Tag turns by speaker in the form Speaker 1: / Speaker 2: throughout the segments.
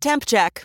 Speaker 1: Temp check.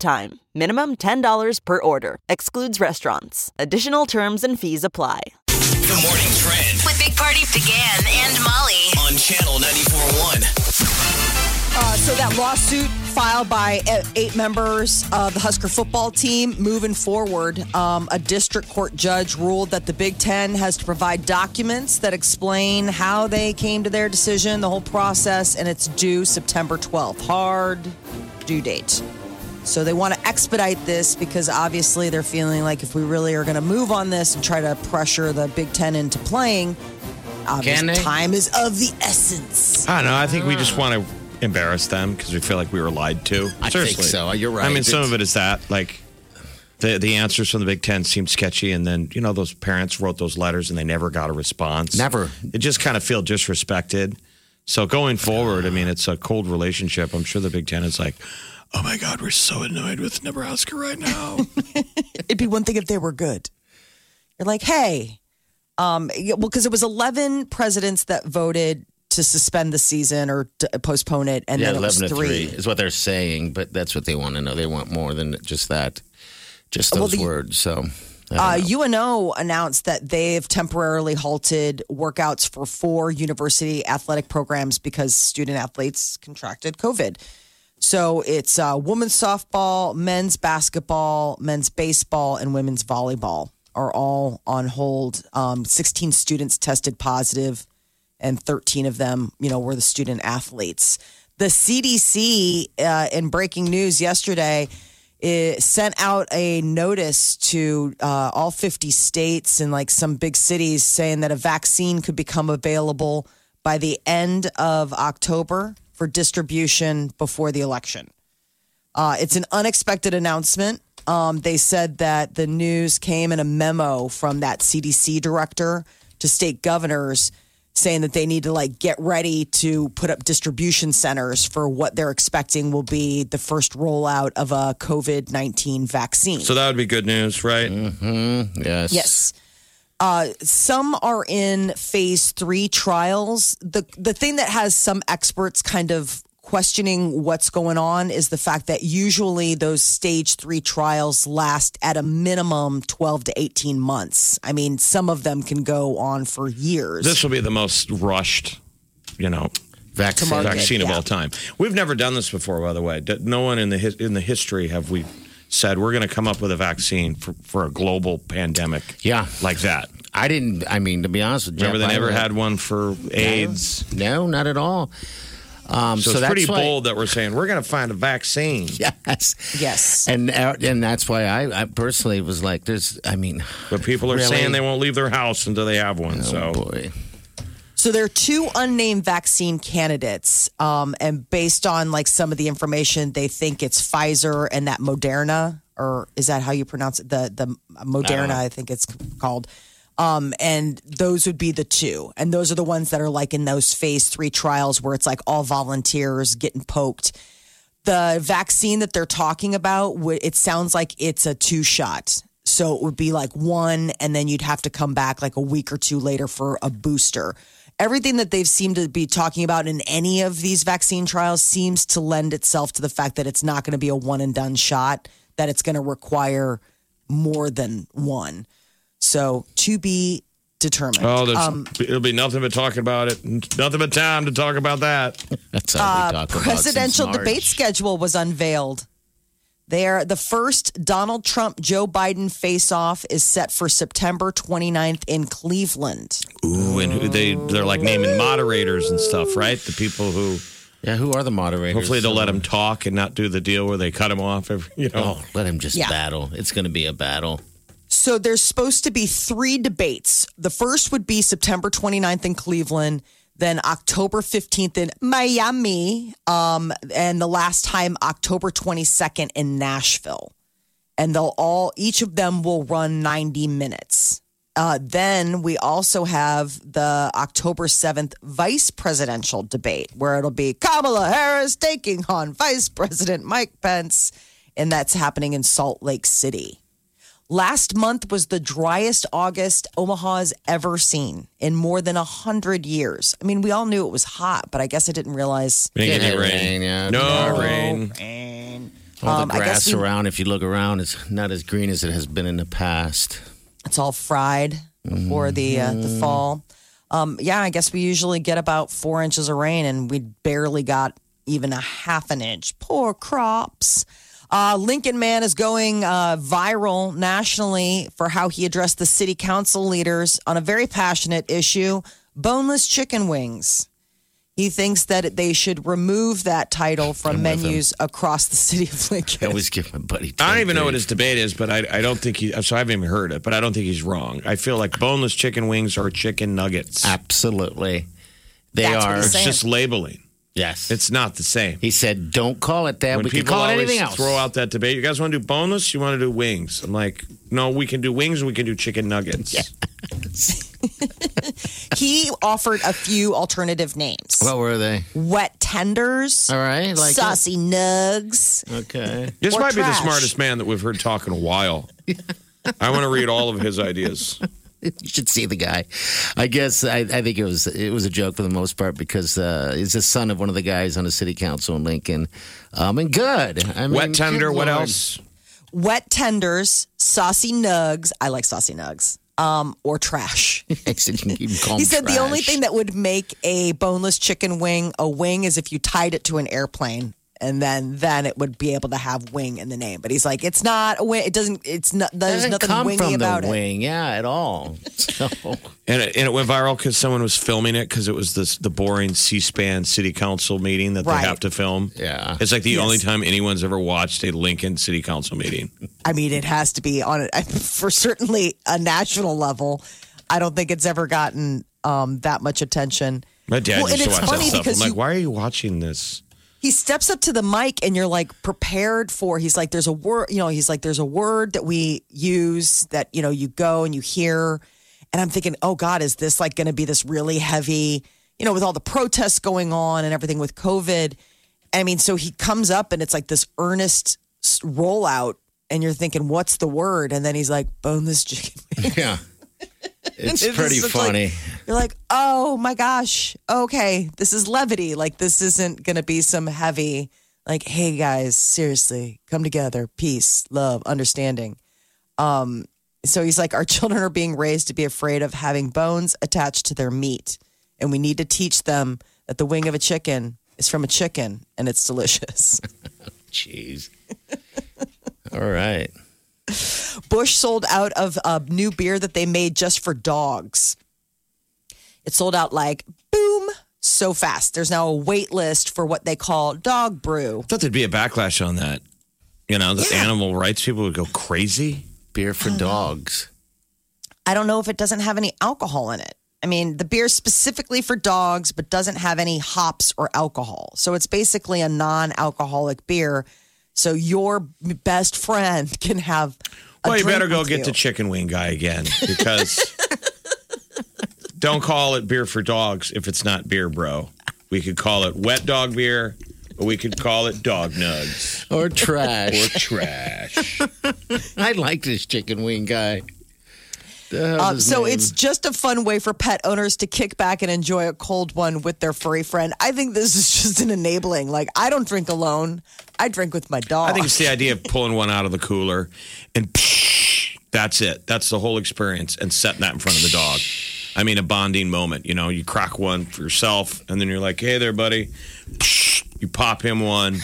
Speaker 1: time. Minimum $10 per order. Excludes restaurants. Additional terms and fees apply.
Speaker 2: The morning trend
Speaker 3: with Big Party began and Molly.
Speaker 2: on channel 941.
Speaker 4: Uh, so that lawsuit filed by e- eight members of the Husker football team moving forward, um, a district court judge ruled that the Big Ten has to provide documents that explain how they came to their decision, the whole process, and it's due September 12th. Hard due date. So they want to expedite this because obviously they're feeling like if we really are going to move on this and try to pressure the Big Ten into playing,
Speaker 5: Can
Speaker 4: obviously
Speaker 5: they?
Speaker 4: time is of the essence.
Speaker 6: I don't know. I think we just want to embarrass them because we feel like we were lied to.
Speaker 5: I think
Speaker 6: Seriously.
Speaker 5: so. You're right.
Speaker 6: I mean, some
Speaker 5: It's-
Speaker 6: of it is that like the the answers from the Big Ten seem sketchy, and then you know those parents wrote those letters and they never got a response.
Speaker 5: Never.
Speaker 6: It just kind of feel disrespected. So going forward, I mean, it's a cold relationship. I'm sure the Big Ten is like, oh my god, we're so annoyed with Nebraska right now.
Speaker 4: It'd be one thing if they were good. You're like, hey, um, yeah, well, because it was 11 presidents that voted to suspend the season or to postpone it, and
Speaker 5: yeah,
Speaker 4: then it was
Speaker 5: eleven to three.
Speaker 4: three.
Speaker 5: is what they're saying, but that's what they want to know. They want more than just that, just
Speaker 4: Well,
Speaker 5: those
Speaker 4: the-
Speaker 5: words. So, um, I don't
Speaker 4: Uh,
Speaker 5: know.
Speaker 4: UNO announced that they've temporarily halted workouts for four university athletic programs because student athletes contracted COVID. So it's uh, women's softball, men's basketball, men's baseball, and women's volleyball are all on hold. Um, 16 students tested positive, and 13 of them, you know, were the student athletes. The CDC, uh, in breaking news yesterday, it sent out a notice to uh, all 50 states and like some big cities saying that a vaccine could become available by the end of October for distribution before the election. Uh, it's an unexpected announcement. Um, they said that the news came in a memo from that CDC director to state governors saying that they need to like get ready to put up distribution centers for what they're expecting will be the first rollout of a COVID-19 vaccine.
Speaker 6: so that would be good news, right?
Speaker 5: yes,
Speaker 4: Yes. Uh, some are in phase three trials. The the thing that has some experts kind of questioning what's going on is the fact that usually those stage three trials last at a minimum twelve to eighteen months. I mean, some of them can go on for years.
Speaker 6: This will be the most rushed, you know,
Speaker 5: vaccine.
Speaker 6: vaccine of
Speaker 4: yeah.
Speaker 6: all time. We've never done this before, by the way. D- No one in the his, in the history have we said we're going to come up with a vaccine for, for a global pandemic.
Speaker 5: Yeah.
Speaker 6: like that.
Speaker 5: I didn't. I mean, to be honest with you,
Speaker 6: Remember, they
Speaker 5: I-
Speaker 6: never had one for AIDS.
Speaker 5: No, not at all. Um,
Speaker 6: So,
Speaker 5: so,
Speaker 6: it's
Speaker 5: that's
Speaker 6: pretty
Speaker 5: why-
Speaker 6: bold that we're saying we're going to find a vaccine.
Speaker 5: Yes.
Speaker 4: Yes.
Speaker 5: And uh, and that's why I, I personally was like, there's. I mean,
Speaker 6: But people are
Speaker 5: Really?
Speaker 6: saying they won't leave their house until they have one. so
Speaker 5: oh boy.
Speaker 4: So there are two unnamed vaccine candidates, um, and based on like some of the information, they think it's Pfizer and that Moderna, or is that how you pronounce it? The the Moderna, I, think it's called. Um, and those would be the two, and those are the ones that are like in those phase three trials where it's like all volunteers getting poked. The vaccine that they're talking about, wh- it sounds like it's a two shot. So it would be like one, and then you'd have to come back like a week or two later for a booster. Everything that they've seemed to be talking about in any of these vaccine trials seems to lend itself to the fact that it's not going to be a one and done shot, that it's going to require more than one. So to be determined.
Speaker 6: Oh, there's, it'll be nothing but talking about it. Nothing but time to talk about that.
Speaker 5: That's how we talk about
Speaker 4: Uh, presidential
Speaker 5: since March.
Speaker 4: debate schedule was unveiled. There, the first Donald Trump Joe Biden face off is set for September 29th in Cleveland.
Speaker 6: Ooh, and who they they're like naming moderators and stuff, right? The people who
Speaker 5: Yeah, who are the moderators?
Speaker 6: hopefully they'll let them talk and not do the deal where they cut him off. Every, you know,
Speaker 5: uh, Oh, let him just
Speaker 4: Yeah.
Speaker 5: battle. It's going to be a battle.
Speaker 4: So there's supposed to be three debates. The first would be September 29th in Cleveland. Then October 15th in Miami. Um, and the last time, October 22nd in Nashville. And they'll all, each of them will run 90 minutes. Uh, then we also have the October 7th vice presidential debate, where it'll be Kamala Harris taking on Vice President Mike Pence. And that's happening in Salt Lake City. Last month was the driest August Omaha's ever seen in more than 100 years. I mean, we all knew it was hot, but I guess I didn't realize.
Speaker 6: We didn't get any
Speaker 5: Didn't have
Speaker 6: rain.
Speaker 5: rain, yeah.
Speaker 6: No,
Speaker 5: No.
Speaker 6: rain.
Speaker 5: All
Speaker 4: Um,
Speaker 5: the
Speaker 4: I guess
Speaker 5: grass
Speaker 4: we-
Speaker 5: around, if you look around, it's not as green as it has been in the past.
Speaker 4: It's all fried before the uh, the fall. Um, yeah, I guess we usually get about four inches of rain, and we barely got even a half an inch. Poor crops. Uh, Lincoln Man is going uh, viral nationally for how he addressed the city council leaders on a very passionate issue: boneless chicken wings. He thinks that they should remove that title from menus across the city of
Speaker 5: I
Speaker 4: Lincoln.
Speaker 5: always give my buddy.
Speaker 6: I don't even know what his debate is, but I, I don't think he. So I haven't even heard it, but I don't think he's wrong. I feel like boneless chicken wings are chicken nuggets.
Speaker 5: Ah, Absolutely. They
Speaker 4: That's what
Speaker 5: are.
Speaker 4: he's
Speaker 6: It's just labeling.
Speaker 5: yes.
Speaker 6: It's not the same.
Speaker 5: he said, don't call it that.
Speaker 6: when
Speaker 5: we can
Speaker 6: people
Speaker 5: call it
Speaker 6: always
Speaker 5: anything else.
Speaker 6: throw out that debate, you guys want to do boneless? You want to do wings? I'm like, no, we can do wings. We can do chicken nuggets.
Speaker 4: he offered a few alternative names.
Speaker 5: What were they?
Speaker 4: wet tenders.
Speaker 5: All right. Like
Speaker 4: saucy nugs.
Speaker 5: Okay.
Speaker 6: This
Speaker 4: Or
Speaker 6: might be the
Speaker 4: trash.
Speaker 6: smartest man that we've heard talk in a while. I want to read all of his ideas.
Speaker 5: You should see the guy. I guess I, I think it was it was a joke for the most part because uh, he's the son of one of the guys on the city council in Lincoln. Um, and good. I mean,
Speaker 6: Wet tender.
Speaker 5: good
Speaker 6: What
Speaker 5: Lord.
Speaker 6: else?
Speaker 4: Wet tenders, saucy nugs. I like saucy nugs. Um, or trash.
Speaker 5: I said, you can call
Speaker 4: He
Speaker 5: him
Speaker 4: said the only
Speaker 5: trash.
Speaker 4: thing that would make a boneless chicken wing a wing is if you tied it to an airplane. And then, then it would be able to have wing in the name. But he's like, it's not a wing. It doesn't. It's not. There's
Speaker 5: doesn't
Speaker 4: nothing
Speaker 5: come
Speaker 4: wingy
Speaker 5: from
Speaker 4: about
Speaker 5: the
Speaker 4: it.
Speaker 5: wing, yeah, at all. So,
Speaker 6: And it, and it went viral because someone was filming it because it was this the boring C-SPAN city council meeting that
Speaker 4: Right.
Speaker 6: they have to film.
Speaker 5: Yeah.
Speaker 6: it's like the
Speaker 4: Yes.
Speaker 6: only time anyone's ever watched a Lincoln city council meeting.
Speaker 4: I mean, it has to be on it for certainly a national level. I don't think it's ever gotten um, that much attention.
Speaker 6: My dad
Speaker 4: Well, and
Speaker 6: used to
Speaker 4: it's
Speaker 6: watch that
Speaker 4: funny
Speaker 6: stuff. I'm
Speaker 4: because
Speaker 6: like,
Speaker 4: you-
Speaker 6: why are you watching this?
Speaker 4: he steps up to the mic and you're like prepared for he's like there's a word you know he's like there's a word that we use that you know you go and you hear and i'm thinking oh god is this like going to be this really heavy you know with all the protests going on and everything with covid i mean so he comes up and it's like this earnest s- rollout and you're thinking what's the word and then he's like boneless chicken
Speaker 5: yeah, it's
Speaker 4: It's
Speaker 5: pretty
Speaker 4: just
Speaker 5: funny.
Speaker 4: like- you're like, oh my gosh, okay, this is levity. Like, this isn't going to be some heavy, like, hey guys, seriously, come together, peace, love, understanding. Um, so he's like, our children are being raised to be afraid of having bones attached to their meat. And we need to teach them that the wing of a chicken is from a chicken and it's delicious.
Speaker 5: Jeez. All right.
Speaker 4: Bush sold out of a new beer that they made just for dogs. It sold out like boom so fast. There's now a wait list for what they call dog brew.
Speaker 6: I thought there'd be a backlash on that. You know, the animal rights people would go crazy.
Speaker 5: Beer for dogs.
Speaker 4: I don't know if it doesn't have any alcohol in it. I mean, the beer is specifically for dogs, but doesn't have any hops or alcohol. So it's basically a non alcoholic beer. So your best friend can have. a
Speaker 6: Well, you
Speaker 4: drink
Speaker 6: better go
Speaker 4: with
Speaker 6: get
Speaker 4: you.
Speaker 6: the chicken wing guy again because don't call it beer for dogs if it's not beer, bro. We could call it wet dog beer, or we could call it dog nugs
Speaker 5: Or
Speaker 6: or
Speaker 5: trash.
Speaker 6: trash.
Speaker 5: I like this chicken wing guy.
Speaker 4: Um, so it's just a fun way for pet owners to kick back and enjoy a cold one with their furry friend. I think this is just an enabling. Like I don't drink alone. I drink with my dog.
Speaker 6: I think it's the idea of pulling one out of the cooler and that's it. That's the whole experience and setting that in front of the dog. I mean, a bonding moment. You know, you crack one for yourself and then you're like, hey there, buddy. You pop him one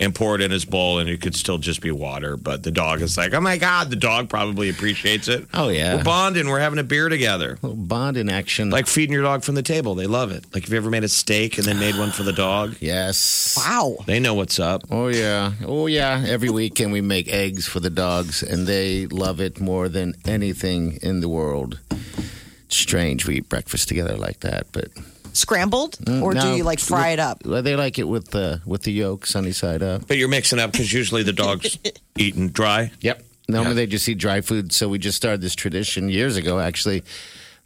Speaker 6: and pour it in his bowl and it could still just be water. But the dog is like, oh my God, the dog probably appreciates it.
Speaker 5: Oh, yeah.
Speaker 6: We're bonding. We're having a beer together.
Speaker 5: bond in action.
Speaker 6: Like feeding your dog from the table. They love it. Like if you ever made a steak and then made one for the dog,
Speaker 5: yes.
Speaker 4: wow.
Speaker 6: they know what's up.
Speaker 5: Oh yeah, oh yeah. Every weekend we make eggs for the dogs, and they love it more than anything in the world. It's strange we eat breakfast together like that, but
Speaker 4: Scrambled, or do
Speaker 5: No.
Speaker 4: you like fry it up?
Speaker 5: Well, They like it with the with the yolk, sunny side up.
Speaker 6: But you're mixing up because usually the dog's eating dry.
Speaker 5: Yep. Normally
Speaker 6: Yeah.
Speaker 5: they just eat dry food. So we just started this tradition years ago, actually,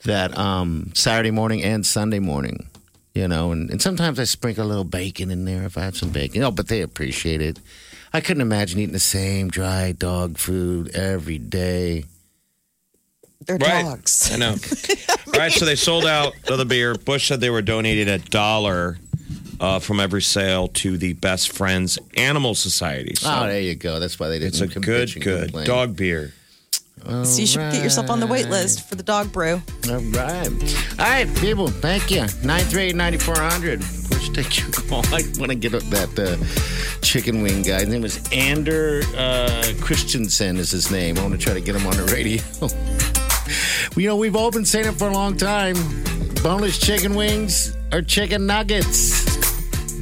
Speaker 5: that um, Saturday morning and Sunday morning, you know, and, and sometimes I sprinkle a little bacon in there if I have some bacon. Oh, but they appreciate it. I couldn't imagine eating the same dry dog food every day.
Speaker 4: They're
Speaker 6: Right.
Speaker 4: dogs.
Speaker 6: I know. All right, so they sold out of the beer. Bush said they were donated a dollar uh, from every sale to the Best Friends Animal Society. So
Speaker 5: Oh, there you go. That's why they didn't.
Speaker 6: it's a
Speaker 5: com-
Speaker 6: good,
Speaker 5: bitch and
Speaker 6: good
Speaker 5: complain.
Speaker 6: dog beer.
Speaker 4: So you should get yourself on the wait list for the dog brew.
Speaker 5: All right. All right, people, thank you. 938-9400. Of course, take your call. I want to get up that uh, chicken wing guy. His name was Ander uh, Christensen is his name. I want to try to get him on the radio. you know, we've all been saying it for a long time. Boneless chicken wings or chicken nuggets.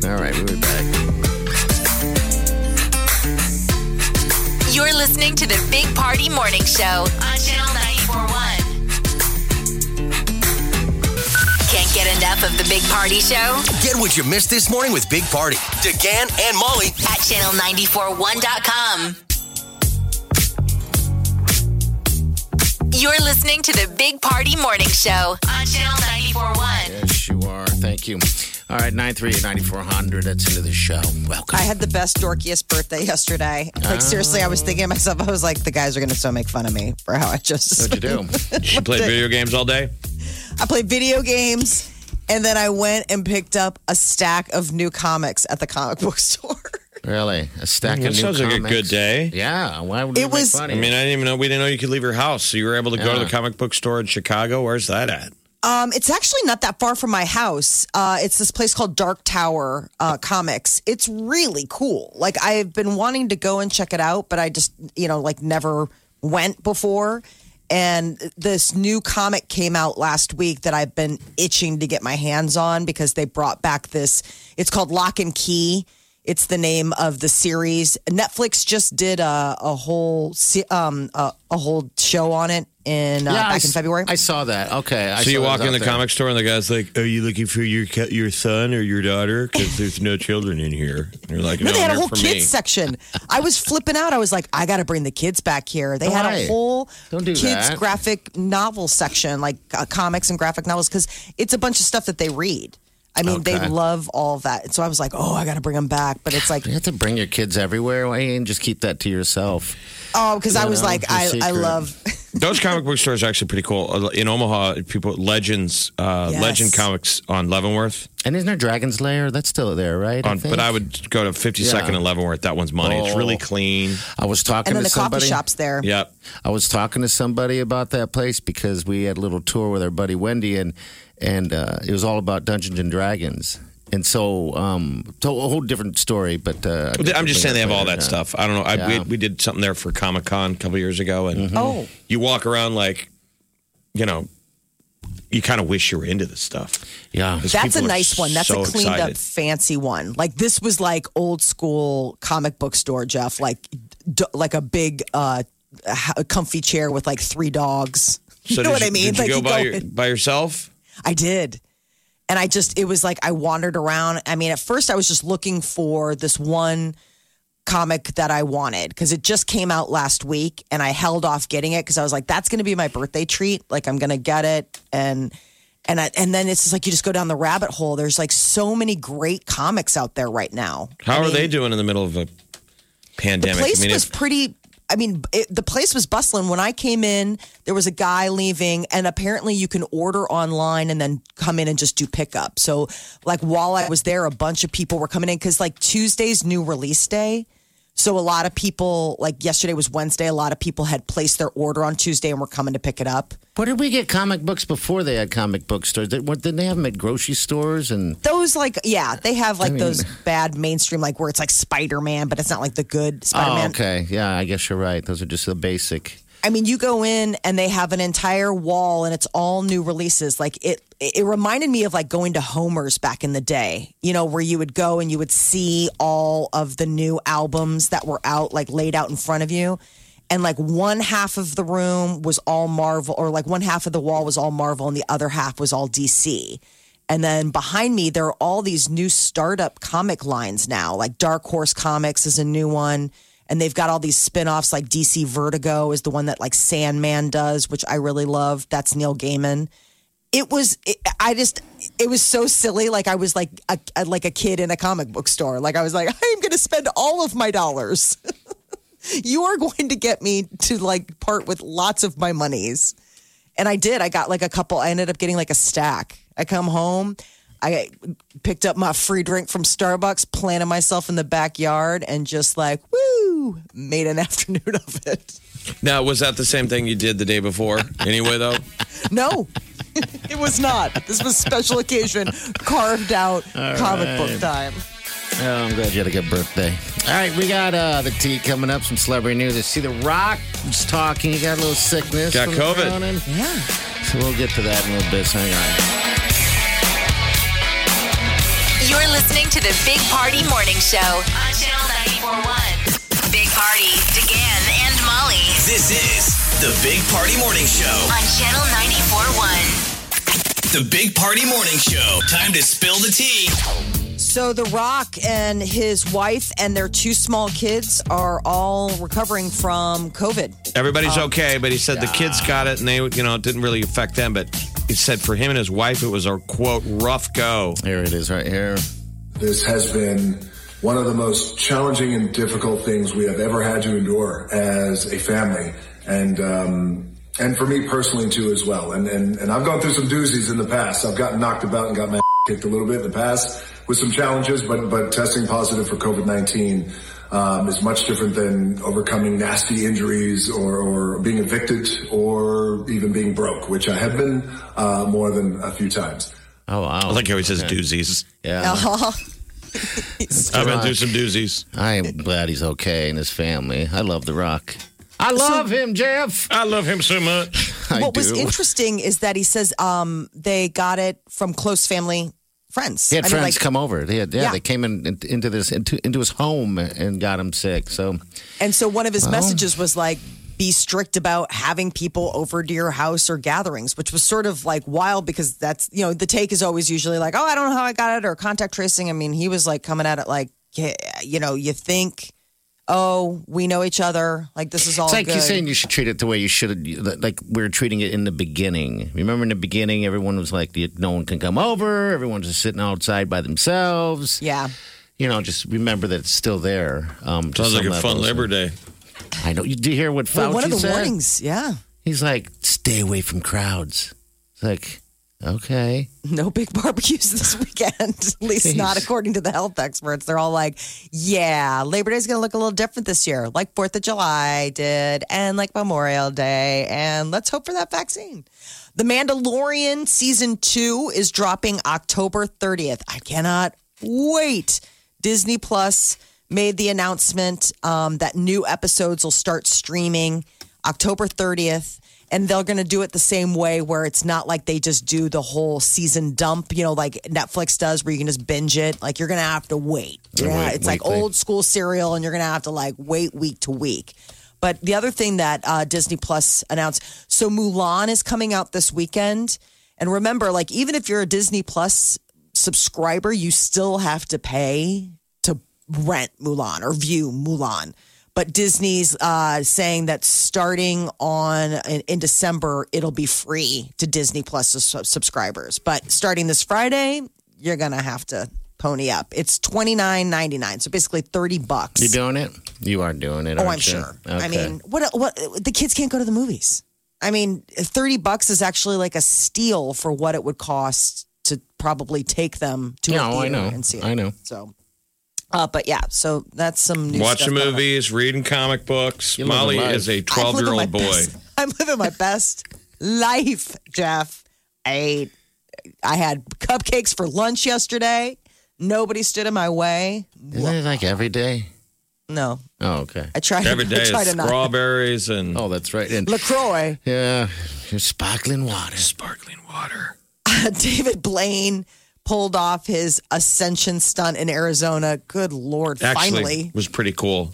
Speaker 5: All right, we'll be back.
Speaker 3: You're listening to the Big Party Morning Show on Channel 941. Can't get enough of the Big Party Show
Speaker 2: Get what you missed this morning with Big Party. DeGan and Molly
Speaker 3: at channel941.com. You're listening to the Big Party Morning Show on Channel 941.
Speaker 5: Yes, you are. Thank you. All right, 938-9400. That's into the show. Welcome.
Speaker 4: I had the best dorkiest birthday yesterday. Like seriously, I was thinking to myself, I was like, the guys are gonna so make fun of me for how I just
Speaker 5: What'd you do?
Speaker 6: She played video games all day.
Speaker 4: I played video games, and then I went and picked up a stack of new comics at the comic book store.
Speaker 5: Really? A stack
Speaker 6: That
Speaker 5: of new
Speaker 6: sounds like a
Speaker 5: comics?
Speaker 6: good day.
Speaker 5: Yeah. Why would
Speaker 4: It
Speaker 5: it was?
Speaker 4: was-
Speaker 5: Funny?
Speaker 6: I mean, I didn't even know we didn't know you could leave your house, so you were able to go to the
Speaker 5: Yeah.
Speaker 6: comic book store in Chicago. Where's that at?
Speaker 4: Um, it's actually not that far from my house. Uh, it's this place called Dark Tower uh, Comics. It's really cool. Like I've been wanting to go and check it out, but I just you know like never went before. And this new comic came out last week that I've been itching to get my hands on because they brought back this. It's called Lock and Key. It's the name of the series. Netflix just did a, a whole se- um a, a whole show on it in uh,
Speaker 5: yeah, I
Speaker 4: back in
Speaker 5: s-
Speaker 4: February.
Speaker 5: I saw that. Okay. I
Speaker 6: so you
Speaker 5: saw
Speaker 6: walk
Speaker 5: those
Speaker 6: in the
Speaker 5: out there.
Speaker 6: comic store, and the guy's like, "Are you looking for your ca- your son or your daughter? Because there's no children in here." And you're like, "No,
Speaker 4: No, they had
Speaker 6: they're
Speaker 4: a whole
Speaker 6: for
Speaker 4: kids
Speaker 6: me."
Speaker 4: section. I was flipping out. I was like, I got to bring the kids back here. They had
Speaker 5: Why?
Speaker 4: a whole
Speaker 5: Don't do
Speaker 4: kids
Speaker 5: that.
Speaker 4: graphic novel section, like uh, comics and graphic novels, because it's a bunch of stuff that they read. I mean,
Speaker 5: Okay.
Speaker 4: they love all that. So I was like, oh, I got to bring them back. But it's like,
Speaker 5: You have to bring your kids everywhere. Why and just keep that to yourself?
Speaker 4: oh, because I
Speaker 5: You
Speaker 4: was
Speaker 5: know,
Speaker 4: like,
Speaker 5: the
Speaker 4: I, I
Speaker 5: secret.
Speaker 4: love.
Speaker 6: Those comic book stores are actually pretty cool. Uh, In Omaha, people Legends, uh,
Speaker 4: Yes.
Speaker 6: Legend Comics on Leavenworth.
Speaker 5: And isn't there Dragon's Lair? That's still there, right? I
Speaker 6: On, but
Speaker 5: think?
Speaker 6: I would go to 52nd
Speaker 5: Yeah.
Speaker 6: and Leavenworth. That one's money. It's
Speaker 5: Oh.
Speaker 6: really clean.
Speaker 5: I was talking
Speaker 4: And then
Speaker 5: to
Speaker 4: the
Speaker 5: somebody.
Speaker 4: coffee shops there.
Speaker 6: Yep.
Speaker 5: I was talking to somebody about that place because we had a little tour with our buddy Wendy, and and uh, it was all about Dungeons and Dragons. And so, um, so a whole different story. But uh,
Speaker 6: I'm just saying they have all that
Speaker 5: Yeah.
Speaker 6: stuff. I don't know. I,
Speaker 5: Yeah.
Speaker 6: we, we did something there for Comic Con a couple years ago, and
Speaker 4: Oh.
Speaker 6: you walk around like, you know, you kind of wish you were into this stuff.
Speaker 5: Yeah,
Speaker 6: 'Cause
Speaker 4: That's a
Speaker 6: people are
Speaker 4: nice one. That's
Speaker 6: so
Speaker 4: a cleaned
Speaker 6: excited.
Speaker 4: up, fancy one. Like this was like old school comic book store, Jeff. Like, d- like a big, uh, h- comfy chair with like three dogs. You
Speaker 6: So
Speaker 4: know
Speaker 6: did
Speaker 4: what I
Speaker 6: you-
Speaker 4: mean?
Speaker 6: Did you
Speaker 4: like
Speaker 6: go, by, your,
Speaker 4: in-
Speaker 6: by yourself?
Speaker 4: I did. And I just, it was like I wandered around. I mean, at first I was just looking for this one comic that I wanted because it just came out last week and I held off getting it because I was like, that's going to be my birthday treat. Like, I'm going to get it. And, and I, and then it's just like you just go down the rabbit hole. There's like so many great comics out there right now.
Speaker 6: How are they doing in the middle of a pandemic?
Speaker 4: The place
Speaker 6: I mean,
Speaker 4: was
Speaker 6: if-
Speaker 4: pretty. I mean, it, the place was bustling. When I came in, there was a guy leaving, and apparently you can order online and then come in and just do pickup. So, like while I was there, a bunch of people were coming in because like Tuesday's new release day. So a lot of people, like yesterday was Wednesday, a lot of people had placed their order on Tuesday and were coming to pick it up.
Speaker 5: Where did we get comic books before they had comic book stores? Did, what, didn't they have them at grocery stores? And
Speaker 4: Those like yeah, they have like
Speaker 5: mean-
Speaker 4: those bad mainstream like where it's like Spider Man, but it's not like the good Spider Man.
Speaker 5: oh, okay, yeah, I guess you're right. Those are just the basic.
Speaker 4: I mean, you go in and they have an entire wall and it's all new releases. Like it, it reminded me of like going to Homer's back in the day, you know, where you would go and you would see all of the new albums that were out, like laid out in front of you. And like one half of the room was all Marvel, or like one half of the wall was all Marvel and the other half was all DC. And then behind me, there are all these new startup comic lines now. Like Dark Horse Comics is a new one. And they've got all these spin-offs like DC Vertigo is the one that like Sandman does, which I really love. That's Neil Gaiman. It was it, I just it was so silly. Like I was like a, a- like a kid in a comic book store. Like I was like I am going to spend all of my dollars. you are going to get me to like part with lots of my monies. And I did. I got like a couple. I ended up getting like a stack. I come home. I picked up my free drink from Starbucks, planted myself in the backyard, and just like, woo, made an afternoon of it.
Speaker 6: Now, was that the same thing you did the day before? Anyway, though,
Speaker 4: No, it was not. This was special occasion, carved out comic book time.
Speaker 5: Oh, I'm glad you had a good birthday. All right, we got uh, the tea coming up, some celebrity news. I see The Rock was talking. He got a little sickness.
Speaker 6: Got
Speaker 5: from the
Speaker 6: COVID.
Speaker 5: drowning. So we'll get to that in a little bit. So hang on.
Speaker 3: You're listening to the Big Party Morning Show on Channel 941. Big Party, DeGan and Molly
Speaker 2: This is the Big Party Morning Show.
Speaker 3: on Channel 941.
Speaker 2: The Big Party Morning Show. Time to spill the tea.
Speaker 4: So The Rock and his wife and their two small kids are all recovering from COVID.
Speaker 6: everybody's
Speaker 5: Oh,
Speaker 6: okay, but he said the kids got it and they, you know, it didn't really affect them. But he said for him and his wife, it was a quote, rough go.
Speaker 5: Here it is right here.
Speaker 7: This has been one of the most challenging and difficult things we have ever had to endure as a family, and um, and for me personally too as well. And, and and I've gone through some doozies in the past. I've gotten knocked about and got my kicked a little bit in the past with some challenges, but but testing positive for COVID nineteen. Um, is much different than overcoming nasty injuries or, or being evicted or even being broke, which I have been uh, more than a few times.
Speaker 5: Oh, wow.
Speaker 6: I like how he says doozies.
Speaker 5: yeah.
Speaker 6: I've been through some doozies.
Speaker 5: I am glad he's okay and his family. I love The Rock. I love him, Jeff.
Speaker 6: I love him so much.
Speaker 5: I
Speaker 4: what
Speaker 5: do.
Speaker 4: was interesting is that he says um, they got it from close family friends.
Speaker 5: He had
Speaker 4: I mean,
Speaker 5: friends
Speaker 4: like-
Speaker 5: come over. They had, yeah,
Speaker 4: Yeah.
Speaker 5: they came in, in- into this into, into his home and got him sick. So
Speaker 4: And so one of his messages was like, be strict about having people over to your house or gatherings, which was sort of like wild because that's, you know, the take is always usually like, oh, I don't know how I got it or contact tracing. I mean, he was like coming at it like, yeah, you know, you think, oh, we know each other. Like, this is all
Speaker 5: it's like
Speaker 4: good.
Speaker 5: he's saying you should treat it the way you should, like we were treating it in the beginning. Remember in the beginning, everyone was like, no one can come over. Everyone's just sitting outside by themselves.
Speaker 4: yeah.
Speaker 5: You know, just remember that it's still there. Um, to
Speaker 6: Sounds like
Speaker 5: some
Speaker 6: a fun
Speaker 5: levels.
Speaker 6: Labor Day.
Speaker 5: I know. You, do you hear what Fauci
Speaker 4: Well, one of the
Speaker 5: said?
Speaker 4: warnings. Yeah.
Speaker 5: He's like, stay away from crowds. It's like, okay.
Speaker 4: no big barbecues this weekend. At least
Speaker 5: Jeez.
Speaker 4: not according to the health experts. They're all like, yeah, Labor Day's going to look a little different this year, like 4th of July did, and like Memorial Day. And let's hope for that vaccine. The Mandalorian season two is dropping October 30th. I cannot wait. Disney Plus made the announcement um, that new episodes will start streaming October 30th. And they're going to do it the same way where it's not like they just do the whole season dump, you know, like Netflix does, where you can just binge it. Like you're going to have to wait. Yeah,
Speaker 5: wait
Speaker 4: it's like
Speaker 5: weekly.
Speaker 4: old school cereal, and you're going to have to like wait week to week. But the other thing that uh, Disney Plus announced so Mulan is coming out this weekend. And remember, like, even if you're a Disney Plus subscriber, you still have to pay to rent Mulan or view Mulan. But Disney's uh, saying that starting on in, in December, it'll be free to Disney Plus sus- subscribers. But starting this Friday, you're gonna have to pony up. It's twenty nine ninety nine, so basically thirty bucks.
Speaker 5: You doing it? You are doing it.
Speaker 4: Oh,
Speaker 5: aren't
Speaker 4: I'm
Speaker 5: you?
Speaker 4: sure.
Speaker 5: Okay.
Speaker 4: I mean, what? What? The kids can't go to the movies. I mean, thirty bucks is actually like a steal for what it would cost to probably take them to.
Speaker 5: No,
Speaker 4: a
Speaker 5: oh, I
Speaker 4: theater
Speaker 5: know.
Speaker 4: And see it.
Speaker 5: I know.
Speaker 4: So, uh, but yeah, so that's some new
Speaker 6: Watching
Speaker 4: stuff coming up.
Speaker 6: movies, reading comic books.
Speaker 5: You live
Speaker 6: Molly
Speaker 5: a life.
Speaker 6: is a
Speaker 4: I'm
Speaker 6: 12
Speaker 4: living
Speaker 6: year
Speaker 4: my
Speaker 6: old boy.
Speaker 4: best- I'm living my best life, Jeff. I I had cupcakes for lunch yesterday. Nobody stood in my way.
Speaker 5: Isn't it like every day?
Speaker 4: No,
Speaker 5: Oh, okay.
Speaker 4: I tried.
Speaker 6: Every day
Speaker 4: I
Speaker 6: is
Speaker 4: tried to not.
Speaker 6: strawberries and
Speaker 5: Oh, that's right. And
Speaker 4: Lacroix.
Speaker 5: yeah, sparkling water.
Speaker 6: sparkling water.
Speaker 4: David Blaine pulled off his ascension stunt in Arizona. Good Lord,
Speaker 6: Actually,
Speaker 4: finally.
Speaker 6: was pretty cool.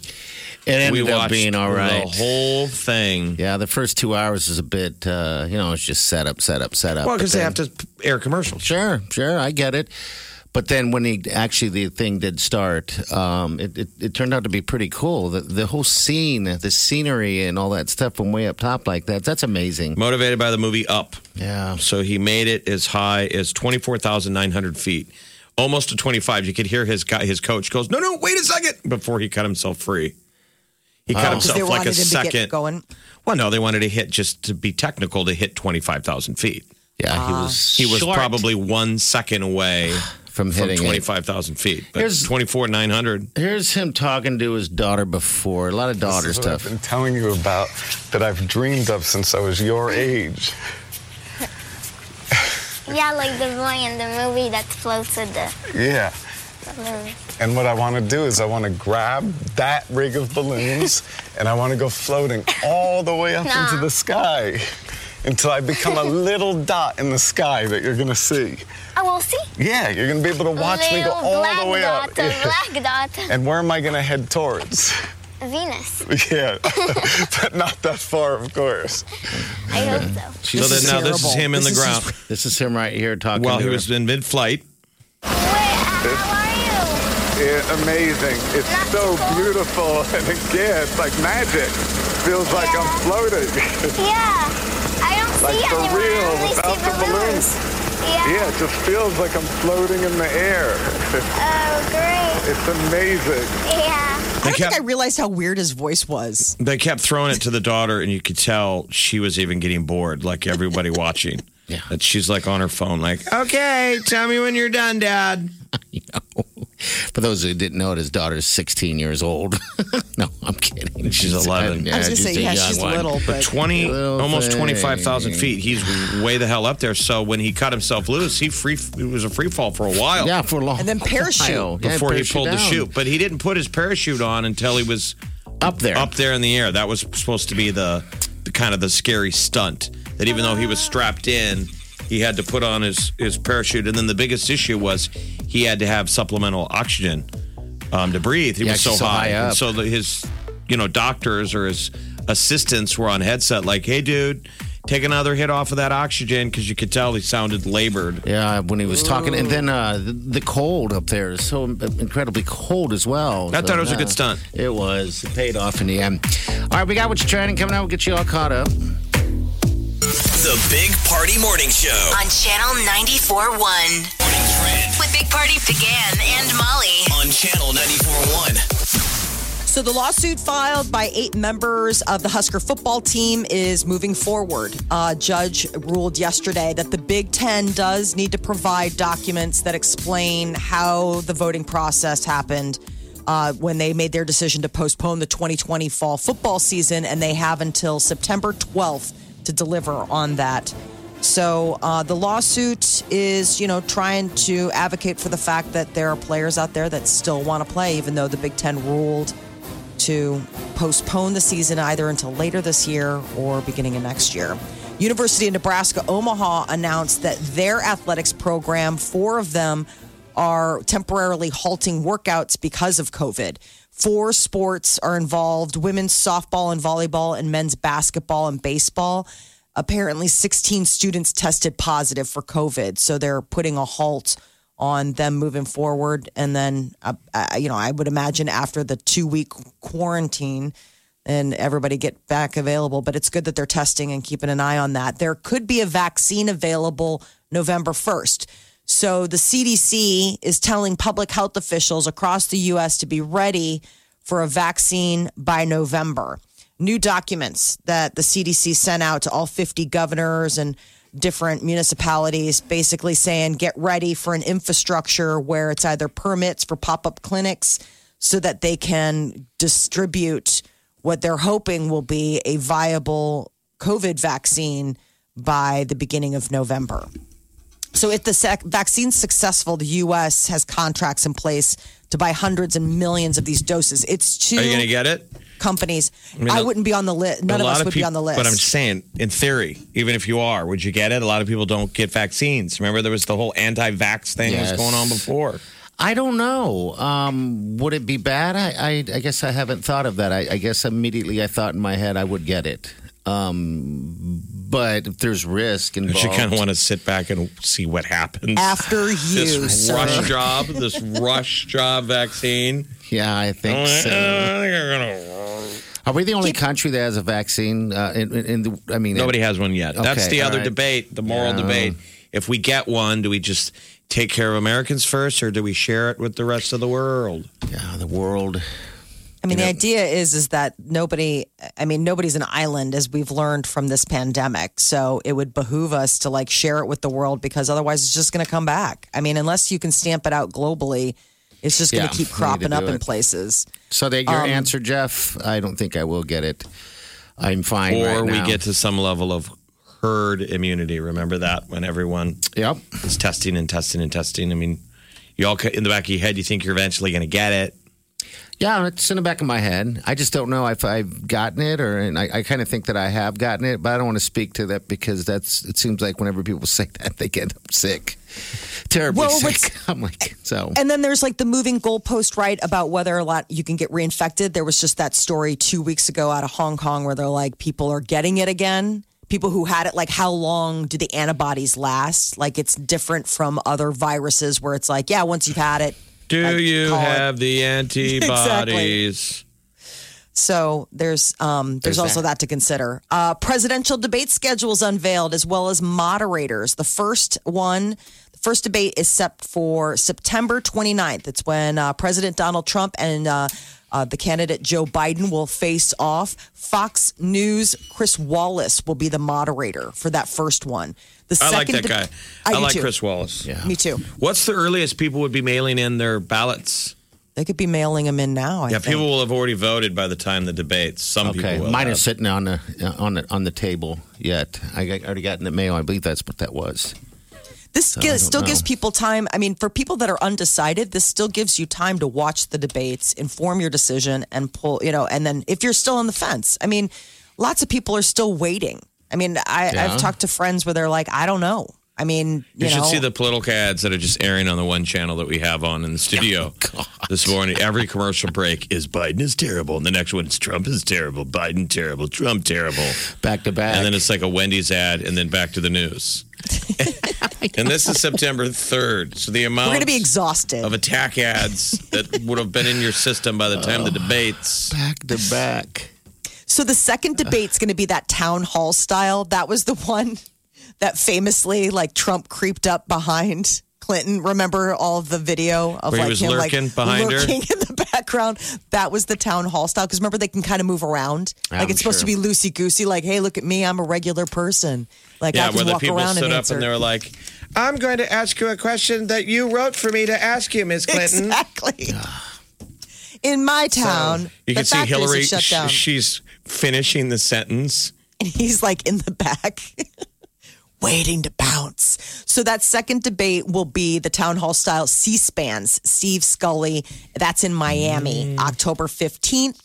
Speaker 5: It ended
Speaker 6: we
Speaker 5: up
Speaker 6: watched
Speaker 5: being all right.
Speaker 6: The whole thing.
Speaker 5: Yeah, the first two hours is a bit, uh, you know, it's just set up, set up, set up.
Speaker 6: Well,
Speaker 5: But
Speaker 6: because they
Speaker 5: then-
Speaker 6: have to air commercials.
Speaker 5: Sure, sure, I get it. But then when he actually the thing did start, um, it, it it turned out to be pretty cool. The the whole scene, the scenery, and all that stuff from way up top like that. That's amazing.
Speaker 6: Motivated by the movie Up.
Speaker 5: Yeah.
Speaker 6: So he made it as high as 24,900 feet, almost to 25. You could hear his guy, his coach goes, no, no, wait a second, before he cut himself free. He cut
Speaker 4: Because they
Speaker 6: himself like a
Speaker 4: wanted him to get
Speaker 6: second.
Speaker 4: going.
Speaker 6: Well, no, they wanted to hit, just to be technical, to hit 25,000 feet.
Speaker 5: Yeah,
Speaker 6: Uh,
Speaker 5: he was
Speaker 4: Ah.
Speaker 6: He was
Speaker 5: short
Speaker 6: probably one second away
Speaker 5: from
Speaker 6: from
Speaker 5: hitting it.
Speaker 6: 25,000 feet. But
Speaker 5: Here's-
Speaker 6: 24,900.
Speaker 5: Here's him talking to his daughter before. A lot of daughter
Speaker 8: This is what
Speaker 5: stuff.
Speaker 8: I've been telling you about that I've dreamed of since I was your age.
Speaker 9: Yeah, like the boy in the movie that floats with the
Speaker 8: Yeah.
Speaker 9: balloon.
Speaker 8: And what I want to do is I want to grab that rig of balloons and I want to go floating all the way up
Speaker 9: Nah.
Speaker 8: into the sky until I become a little dot in the sky that you're going to see.
Speaker 9: I will see.
Speaker 8: Yeah, you're going to be able to watch
Speaker 9: Little
Speaker 8: me go all
Speaker 9: black
Speaker 8: the way
Speaker 9: dot,
Speaker 8: up.
Speaker 9: a
Speaker 8: Yeah.
Speaker 9: black dot,
Speaker 8: And where am I going to head towards?
Speaker 9: Venus.
Speaker 8: Yeah, but not that far, of course.
Speaker 9: I hope so.
Speaker 6: so
Speaker 5: She's-
Speaker 4: is
Speaker 6: then now this is
Speaker 4: terrible.
Speaker 6: him in the
Speaker 4: This is
Speaker 6: ground
Speaker 5: This is him right here talking.
Speaker 6: while
Speaker 5: to
Speaker 6: he
Speaker 5: her.
Speaker 6: was in mid flight.
Speaker 9: Wait, h- how are you?
Speaker 8: Yeah, amazing. It's so beautiful. And again, it's like magic. Feels like I'm floating.
Speaker 9: Yeah, I don't
Speaker 8: Like
Speaker 9: see
Speaker 8: for
Speaker 9: anyone.
Speaker 8: real,
Speaker 9: I only
Speaker 8: without
Speaker 9: see
Speaker 8: the
Speaker 9: balloons. Yeah.
Speaker 8: Yeah, it just feels like I'm floating in the air.
Speaker 9: Oh, great.
Speaker 8: It's amazing.
Speaker 9: Yeah.
Speaker 4: I
Speaker 6: They
Speaker 4: don't think
Speaker 6: kept,
Speaker 4: I realized how weird his voice was.
Speaker 6: they kept throwing it to the daughter, and you could tell she was even getting bored, like everybody watching.
Speaker 5: Yeah.
Speaker 6: That she's like on her phone, like, okay, tell me when you're done, Dad.
Speaker 5: You know. For those who didn't know it, his daughter's 16 years old. no, I'm kidding.
Speaker 6: She's 11.
Speaker 5: Yeah,
Speaker 4: I was gonna say,
Speaker 5: a
Speaker 4: yeah,
Speaker 5: young
Speaker 4: she's
Speaker 5: one.
Speaker 4: little,
Speaker 6: But
Speaker 4: but
Speaker 6: 20,
Speaker 5: Little
Speaker 6: almost
Speaker 5: thing.
Speaker 6: 25,000 feet. He's way the hell up there. So when he cut himself loose, he free, it was a free fall for a while.
Speaker 5: Yeah, for a long
Speaker 4: And then parachute.
Speaker 5: while. Yeah,
Speaker 6: Before he
Speaker 5: parachute
Speaker 6: pulled the
Speaker 5: down.
Speaker 6: chute, but he didn't put his parachute on until he was
Speaker 5: Up there.
Speaker 6: up there in the air. That was supposed to be the, the kind of the scary stunt that even though he was strapped in, he had to put on his his parachute. And then the biggest issue was he had to have supplemental oxygen um, to breathe. He
Speaker 5: Yeah,
Speaker 6: was so,
Speaker 5: 'cause so
Speaker 6: high,
Speaker 5: high
Speaker 6: And
Speaker 5: up.
Speaker 6: so the, his you know doctors or his assistants were on headset like, "Hey, dude." Take another hit off of that oxygen because you could tell he sounded labored.
Speaker 5: Yeah, when he was talking. And then uh, the, the cold up there is so incredibly cold as well.
Speaker 6: I
Speaker 5: So,
Speaker 6: thought it was a
Speaker 5: yeah.
Speaker 6: good stunt.
Speaker 5: It was. It paid off in the end. All right, we got what's trending coming out. We'll get you all caught up.
Speaker 2: The Big Party Morning Show.
Speaker 3: On Channel 94.1.
Speaker 2: Morning Trend
Speaker 3: With Big Party began and Molly.
Speaker 2: on Channel 94.1.
Speaker 4: So the lawsuit filed by eight members of the Husker football team is moving forward. A judge ruled yesterday that the Big Ten does need to provide documents that explain how the voting process happened uh, when they made their decision to postpone the 2020 fall football season, and they have until September 12th to deliver on that. So uh, the lawsuit is, you know, trying to advocate for the fact that there are players out there that still want to play, even though the Big Ten ruled to postpone the season either until later this year or beginning of next year. University of Nebraska Omaha announced that their athletics program, four of them, are temporarily halting workouts because of COVID. Four sports are involved women's softball and volleyball, and men's basketball and baseball apparently 16 students tested positive for COVID. So they're putting a halt on them moving forward. And then, uh, uh, you know, I would imagine after the two week quarantine and everybody get back available, but it's good that they're testing and keeping an eye on that. There could be a vaccine available November 1st. So the CDC is telling public health officials across the U.S. to be ready for a vaccine by November. New documents that the CDC sent out to all 50 governors and different municipalities basically saying get ready for an infrastructure where it's either permits for pop up clinics so that they can distribute what they're hoping will be a viable COVID vaccine by the beginning of November. So, if the sec- vaccine's successful, the U.S. has contracts in place to buy hundreds and millions of these doses. It's too
Speaker 6: Are you going to get it?
Speaker 4: companies. I,
Speaker 6: mean, a-
Speaker 4: wouldn't be on the list. None
Speaker 6: a
Speaker 4: of
Speaker 6: lot
Speaker 4: us
Speaker 6: of
Speaker 4: would
Speaker 6: people,
Speaker 4: be on the list.
Speaker 6: But I'm saying, in theory, even if you are, would you get it? A lot of people don't get vaccines. Remember, there was the whole anti-vax thing that was
Speaker 5: Yes.
Speaker 6: going on before.
Speaker 5: I don't know. Um, would it be bad? I, I, I guess I haven't thought of that. I, I guess immediately I thought in my head I would get it. Um, but if there's risk involved,
Speaker 6: You kind of want to sit back and see what happens.
Speaker 4: After you,
Speaker 6: this
Speaker 4: sir.
Speaker 6: rush job, this rush job vaccine.
Speaker 5: yeah, I think so.
Speaker 6: Uh, I think I'm gonna-
Speaker 5: Are we the only country that has a vaccine? Uh, in, in, in the, I mean,
Speaker 6: Nobody has one yet. That's
Speaker 5: Okay,
Speaker 6: the
Speaker 5: all
Speaker 6: other
Speaker 5: right.
Speaker 6: debate, the moral
Speaker 5: Yeah.
Speaker 6: debate. If we get one, do we just take care of Americans first, or do we share it with the rest of the world?
Speaker 5: Yeah, the world.
Speaker 4: I mean, the idea is is that nobody. I mean, nobody's an island, as we've learned from this pandemic. So it would behoove us to like share it with the world because otherwise, it's just going to come back. I mean, unless you can stamp it out globally, it's just going
Speaker 5: Yeah,
Speaker 4: to keep
Speaker 5: we need to
Speaker 4: cropping up
Speaker 5: do
Speaker 4: in
Speaker 5: it.
Speaker 4: places.
Speaker 5: So that
Speaker 6: Um,
Speaker 5: your answer, Jeff. I don't think I will get it. I'm fine.
Speaker 6: Or
Speaker 5: right
Speaker 6: we
Speaker 5: now.
Speaker 6: get to some level of herd immunity. Remember that when everyone
Speaker 5: Yep.
Speaker 6: is testing and testing and testing. I mean, you all in the back of your head, you think you're eventually going to get it.
Speaker 5: Yeah, it's in the back of my head. I just don't know if I've gotten it, or and I, I kind of think that I have gotten it, but I don't want to speak to that because that's. It seems like whenever people say that, they get sick, terribly
Speaker 4: Well,
Speaker 5: sick. I'm like, so
Speaker 4: And then there's like the moving goalpost, right? About whether a lot you can get reinfected. There was just that story two weeks ago out of Hong Kong where they're like, people are getting it again. People who had it, like, how long do the antibodies last? Like, it's different from other viruses where it's like, yeah, once you've had it.
Speaker 6: Do
Speaker 4: like,
Speaker 6: you
Speaker 4: call it.
Speaker 6: have the antibodies?
Speaker 4: So there's um, there's, also that. to consider. Uh, presidential debate schedules unveiled, as well as moderators. The first one, the first debate is set for September 29th. It's when uh, President Donald Trump and uh, uh, the candidate Joe Biden will face off. Fox News Chris Wallace will be the moderator for that first one. The
Speaker 6: I
Speaker 4: second
Speaker 6: like that
Speaker 4: de-
Speaker 6: guy.
Speaker 4: I
Speaker 6: I,
Speaker 4: do
Speaker 6: like
Speaker 4: too.
Speaker 6: Chris Wallace. Yeah.
Speaker 4: Me too.
Speaker 6: What's the earliest people would be mailing in their ballots?
Speaker 4: They could be mailing him in now. I
Speaker 6: Yeah,
Speaker 4: think.
Speaker 6: people will have already voted by the time the debate. Some
Speaker 5: okay.
Speaker 6: people will.
Speaker 5: Mine
Speaker 6: have.
Speaker 5: is sitting on the on the on the table yet. I got, already got in the mail. I believe that's what that was.
Speaker 4: This gi-
Speaker 5: I don't
Speaker 4: still gives
Speaker 5: know.
Speaker 4: people time. I mean, for people that are undecided, this still gives you time to watch the debates, inform your decision, and pull, you know, and then if you're still on the fence, I mean, lots of people are still waiting. I mean, I,
Speaker 5: Yeah.
Speaker 4: I've talked to friends where they're like, I don't know. I mean, you,
Speaker 6: You should
Speaker 4: know,
Speaker 6: see the political ads that are just airing on the one channel that we have on in the studio this morning. Every commercial break is Biden is terrible, and the next one is Trump is terrible, Biden terrible, Trump terrible,
Speaker 5: Back to back.
Speaker 6: and then it's like a Wendy's ad, and then back to the news. and this is September third, so the amount
Speaker 4: we're going to be exhausted.
Speaker 6: of attack ads that would have been in your system by the time the debates.
Speaker 5: back to back.
Speaker 4: So the second debate's going to be that town hall style. That was the one that famously, like Trump creeped up behind Clinton. Remember all the video of
Speaker 6: Where he
Speaker 4: like
Speaker 6: was
Speaker 4: him
Speaker 6: lurking
Speaker 4: like
Speaker 6: behind her?
Speaker 4: lurking in the background. That was the town hall style because remember they can kind of move around. like
Speaker 5: I'm
Speaker 4: it's supposed to be
Speaker 5: sure.
Speaker 4: loosey goosey. Like, hey, look at me, I'm a regular person. Like I
Speaker 6: Yeah,
Speaker 4: can
Speaker 6: where the
Speaker 4: walk
Speaker 6: people
Speaker 4: around
Speaker 6: stood
Speaker 4: and
Speaker 6: up
Speaker 4: answer.
Speaker 6: and they were like, "I'm going to ask you a question that you wrote for me to ask you, Ms. Clinton."
Speaker 4: exactly. In my town,
Speaker 6: You
Speaker 4: the
Speaker 6: can see
Speaker 4: factories are
Speaker 6: Hillary.
Speaker 4: shut
Speaker 6: sh-
Speaker 4: down.
Speaker 6: she's finishing the sentence.
Speaker 4: and he's like in the back waiting to bounce. So that second debate will be the town hall style C-SPANs, Steve Scully. That's in
Speaker 5: Mm.
Speaker 4: Miami, October 15th.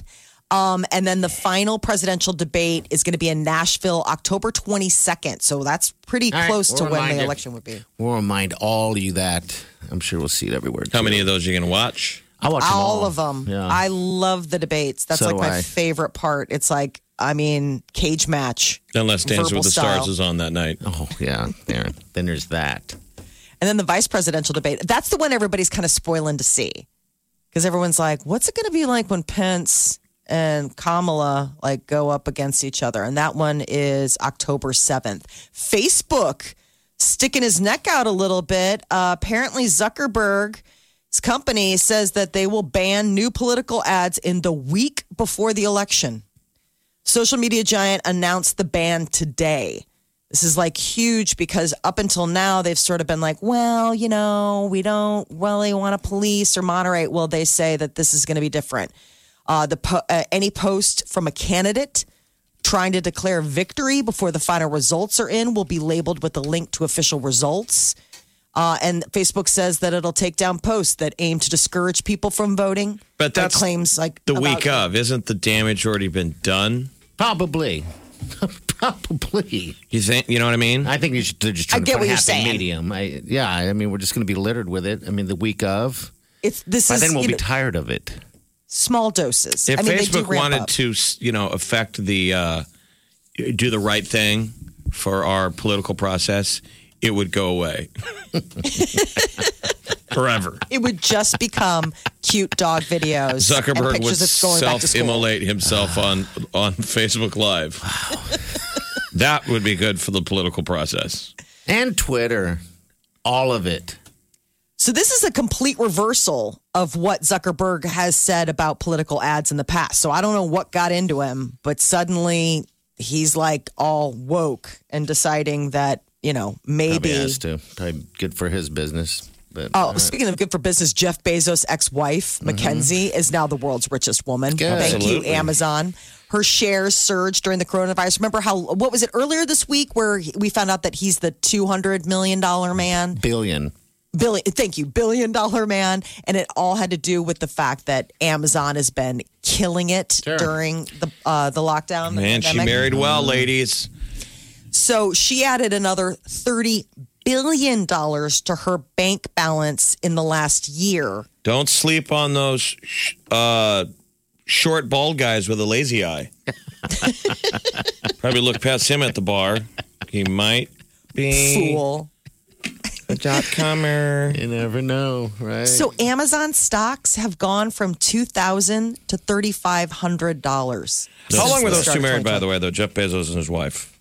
Speaker 4: Um, and then the final presidential debate is going to be in Nashville, October 22nd. So that's pretty
Speaker 5: All right,
Speaker 4: close to
Speaker 5: we're
Speaker 4: when the
Speaker 5: reminded.
Speaker 4: election would be.
Speaker 5: We'll remind all of you that. I'm sure we'll see it everywhere.
Speaker 6: How
Speaker 5: too.
Speaker 6: many of those are you going to watch?
Speaker 5: I watch 'em
Speaker 4: All
Speaker 5: all
Speaker 4: of them.
Speaker 5: Yeah.
Speaker 4: I love the debates. That's
Speaker 5: So
Speaker 4: like
Speaker 5: do
Speaker 4: my
Speaker 5: I.
Speaker 4: favorite part. It's like, I mean, cage match.
Speaker 6: Unless Dance
Speaker 4: Verbal
Speaker 6: with the Stars
Speaker 4: style.
Speaker 6: is on that night.
Speaker 5: Oh yeah, there. then there's that.
Speaker 4: And then the vice presidential debate. That's the one everybody's kind of spoiling to see. Because everyone's like, what's it going to be like when Pence and Kamala like go up against each other? And that one is October 7th. Facebook sticking his neck out a little bit. Uh, apparently Zuckerberg his company says that they will ban new political ads in the week before the election. Social media giant announced the ban today. This is like huge because up until now, they've sort of been like, well, you know, we don't really want to police or moderate. Well, they say that this is going to be different. Uh, the po- uh, any post from a candidate trying to declare victory before the final results are in will be labeled with a link to official results. Uh, and Facebook says that it'll take down posts that aim to discourage people from voting.
Speaker 6: But
Speaker 4: Like
Speaker 6: that's
Speaker 4: claims like
Speaker 6: The
Speaker 4: about-
Speaker 6: week of, isn't the damage already been done?
Speaker 5: Probably. Probably.
Speaker 6: You think? You know what I mean?
Speaker 5: I think you should they're just try
Speaker 4: I get
Speaker 5: to put
Speaker 4: what
Speaker 5: a
Speaker 4: you're
Speaker 5: happy
Speaker 4: saying.
Speaker 5: medium. I yeah, I mean we're just gonna be littered with it. I mean the week of.
Speaker 4: It's this
Speaker 5: By
Speaker 4: is
Speaker 5: then we'll
Speaker 4: you
Speaker 5: be
Speaker 4: know,
Speaker 5: tired of it.
Speaker 4: small doses.
Speaker 6: If
Speaker 4: I mean, they do
Speaker 6: Facebook
Speaker 4: ramp
Speaker 6: wanted
Speaker 4: up.
Speaker 6: to, you know, affect the uh, do the right thing for our political process, it would go away forever.
Speaker 4: it would just become cute dog videos. and
Speaker 6: Zuckerberg would
Speaker 4: pictures of going back to school.
Speaker 6: self-immolate himself on on Facebook Live. that would be good for the political process.
Speaker 5: And Twitter. All of it.
Speaker 4: So this is a complete reversal of what Zuckerberg has said about political ads in the past. So I don't know what got into him, but suddenly he's like all woke and deciding that, you know,
Speaker 5: Probably
Speaker 4: maybe
Speaker 5: has to. Probably good for his business. But
Speaker 4: Oh, speaking of good for business, Jeff Bezos' ex-wife, Mackenzie, is now the world's richest woman.
Speaker 5: Yeah,
Speaker 4: Thank
Speaker 5: absolutely.
Speaker 4: you, Amazon. Her shares surged during the coronavirus. Remember how what was it earlier this week where he- we found out that he's the 200 million dollar man?
Speaker 5: billion.
Speaker 4: billion thank you billion dollar man and it all had to do with the fact that amazon has been killing it
Speaker 5: Sure.
Speaker 4: during the uh, the lockdown the
Speaker 6: Man, she
Speaker 4: pandemic.
Speaker 6: married well, ladies.
Speaker 4: so she added another 30 billion dollars to her bank balance in the last year
Speaker 6: Don't sleep on those sh- uh, short, bald guys with a lazy eye. Probably look past him at the bar. He might be
Speaker 4: fool
Speaker 6: a dot comer.
Speaker 5: You never know, right?
Speaker 4: so amazon stocks have gone from 2000 to 3500 dollars
Speaker 6: How long were those two married, by the way, though? Jeff Bezos and his wife.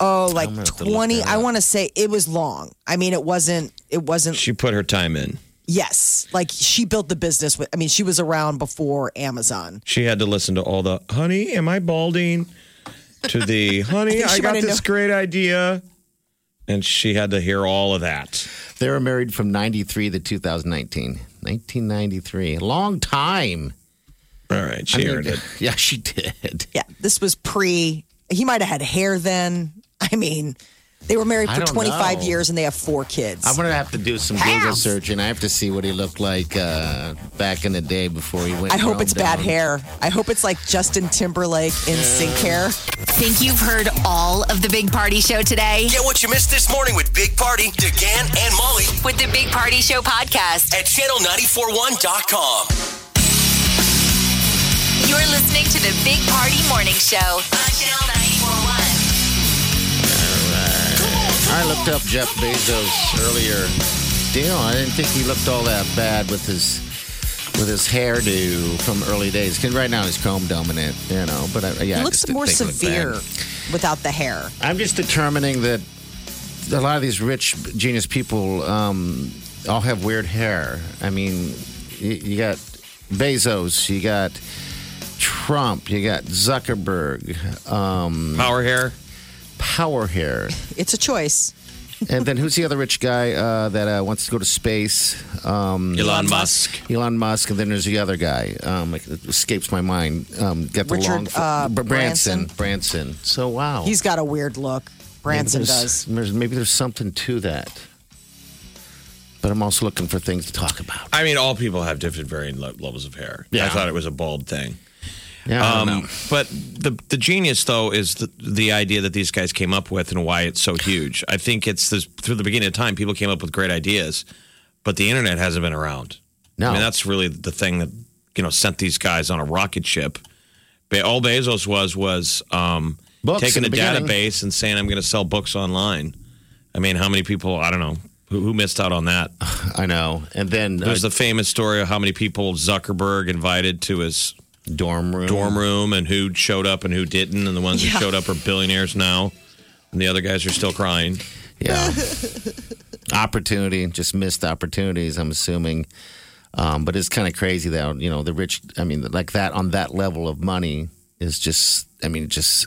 Speaker 4: oh like
Speaker 5: gonna have to look
Speaker 4: 20
Speaker 5: that
Speaker 4: i want to say it was long i mean it wasn't it wasn't
Speaker 6: She put her time in.
Speaker 4: Yes. Like she built the business with, I mean, she was around before Amazon.
Speaker 6: She had to listen to all the, honey, am I balding? To the, honey,
Speaker 4: think
Speaker 6: I
Speaker 4: she
Speaker 6: got
Speaker 4: wanted
Speaker 6: this
Speaker 4: to-
Speaker 6: great idea. And she had to hear all of that.
Speaker 5: They were married from 93 to 2019. 1993. Long time.
Speaker 6: All right,
Speaker 5: I
Speaker 6: she
Speaker 5: mean,
Speaker 6: earned it.
Speaker 5: Yeah, she did.
Speaker 4: Yeah. This was pre, he might have had hair then. I mean, they were married
Speaker 5: I
Speaker 4: for
Speaker 5: don't
Speaker 4: 25
Speaker 5: know.
Speaker 4: years and they have four kids.
Speaker 5: I'm going to have to do some Google search and I have to see what he looked like uh, back in the day before he went.
Speaker 4: I hope
Speaker 5: rolled
Speaker 4: it's bad
Speaker 5: down.
Speaker 4: hair. I hope it's like Justin Timberlake in sync hair.
Speaker 3: Think you've heard all of the Big Party Show today?
Speaker 2: Get what you missed this morning with Big Party, DeGan, and Molly
Speaker 3: With the Big Party Show podcast,
Speaker 2: at channel941.com.
Speaker 3: you're listening to the Big Party Morning Show on Channel 941.
Speaker 5: I looked up Jeff Bezos earlier. Damn, I didn't think he looked all that bad with his with his hairdo from early days. 'Cause right now he's comb dominant, you know. But I, yeah,
Speaker 4: It
Speaker 5: I
Speaker 4: looks
Speaker 5: just didn't
Speaker 4: more
Speaker 5: think he looked
Speaker 4: severe
Speaker 5: bad.
Speaker 4: without the hair.
Speaker 5: I'm just determining that a lot of these rich genius people um, all have weird hair. I mean, you, you got Bezos, you got Trump, you got Zuckerberg, um,
Speaker 6: Power hair.
Speaker 5: power hair,
Speaker 4: It's a choice.
Speaker 5: and then who's the other rich guy uh, that uh, wants to go to space? Um,
Speaker 6: Elon Musk.
Speaker 5: Elon Musk, and then there's the other guy. Um, it escapes my mind. Um, got the
Speaker 4: Richard,
Speaker 5: long
Speaker 4: uh,
Speaker 5: Br- Branson. Branson. So wow,
Speaker 4: He's got a weird look. Branson
Speaker 5: Maybe
Speaker 4: does.
Speaker 5: there's- There's, maybe there's something to that. But I'm also looking for things to talk about.
Speaker 6: I mean, all people have different varying le- levels of hair. I
Speaker 5: Yeah.
Speaker 6: thought it was a bald thing.
Speaker 5: Yeah, I
Speaker 6: Um,
Speaker 5: don't know.
Speaker 6: but the the genius though is the, the idea that these guys came up with and why it's so huge. I think it's this through the beginning of time, people came up with great ideas, but the internet hasn't been around.
Speaker 5: No.
Speaker 6: I mean that's really the thing that you know sent these guys on a rocket ship. Be- all Bezos was was um,
Speaker 5: Books
Speaker 6: taking a
Speaker 5: in the beginning.
Speaker 6: database and saying I'm going to sell books online. I mean, how many people? I don't know who, who missed out on that.
Speaker 5: I know. And then uh,
Speaker 6: There's the famous story of how many people Zuckerberg invited to his
Speaker 5: dorm room.
Speaker 6: dorm room and who showed up and who didn't, and the ones who
Speaker 4: Yeah.
Speaker 6: showed up are billionaires now, and the other guys are still crying.
Speaker 5: Yeah. Opportunity, just missed opportunities, I'm assuming. Um, but it's kind of crazy though. You know, the rich, I mean, like that on that level of money is just, I mean, just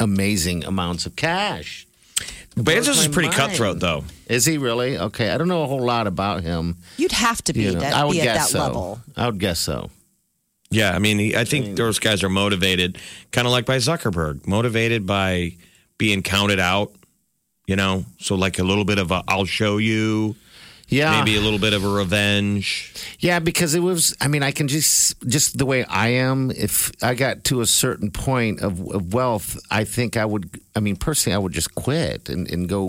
Speaker 5: amazing amounts of cash.
Speaker 6: Bezos is
Speaker 5: my
Speaker 6: pretty
Speaker 5: mind.
Speaker 6: cutthroat, though.
Speaker 5: Is he really? Okay. I don't know a whole lot about him.
Speaker 4: You'd have to be,
Speaker 5: You know,
Speaker 4: that,
Speaker 5: I would
Speaker 4: be at
Speaker 5: guess
Speaker 4: that
Speaker 5: so.
Speaker 4: level.
Speaker 5: I would guess so.
Speaker 6: Yeah, I mean, he, I think those guys are motivated, kind of like by Zuckerberg, motivated by being counted out. You know, so like a little bit of a "I'll show you,"
Speaker 5: Yeah.
Speaker 6: maybe a little bit of a revenge.
Speaker 5: Yeah, because it was. I mean, I can just just the way I am. If I got to a certain point of, of wealth, I think I would. I mean, personally, I would just quit and, and go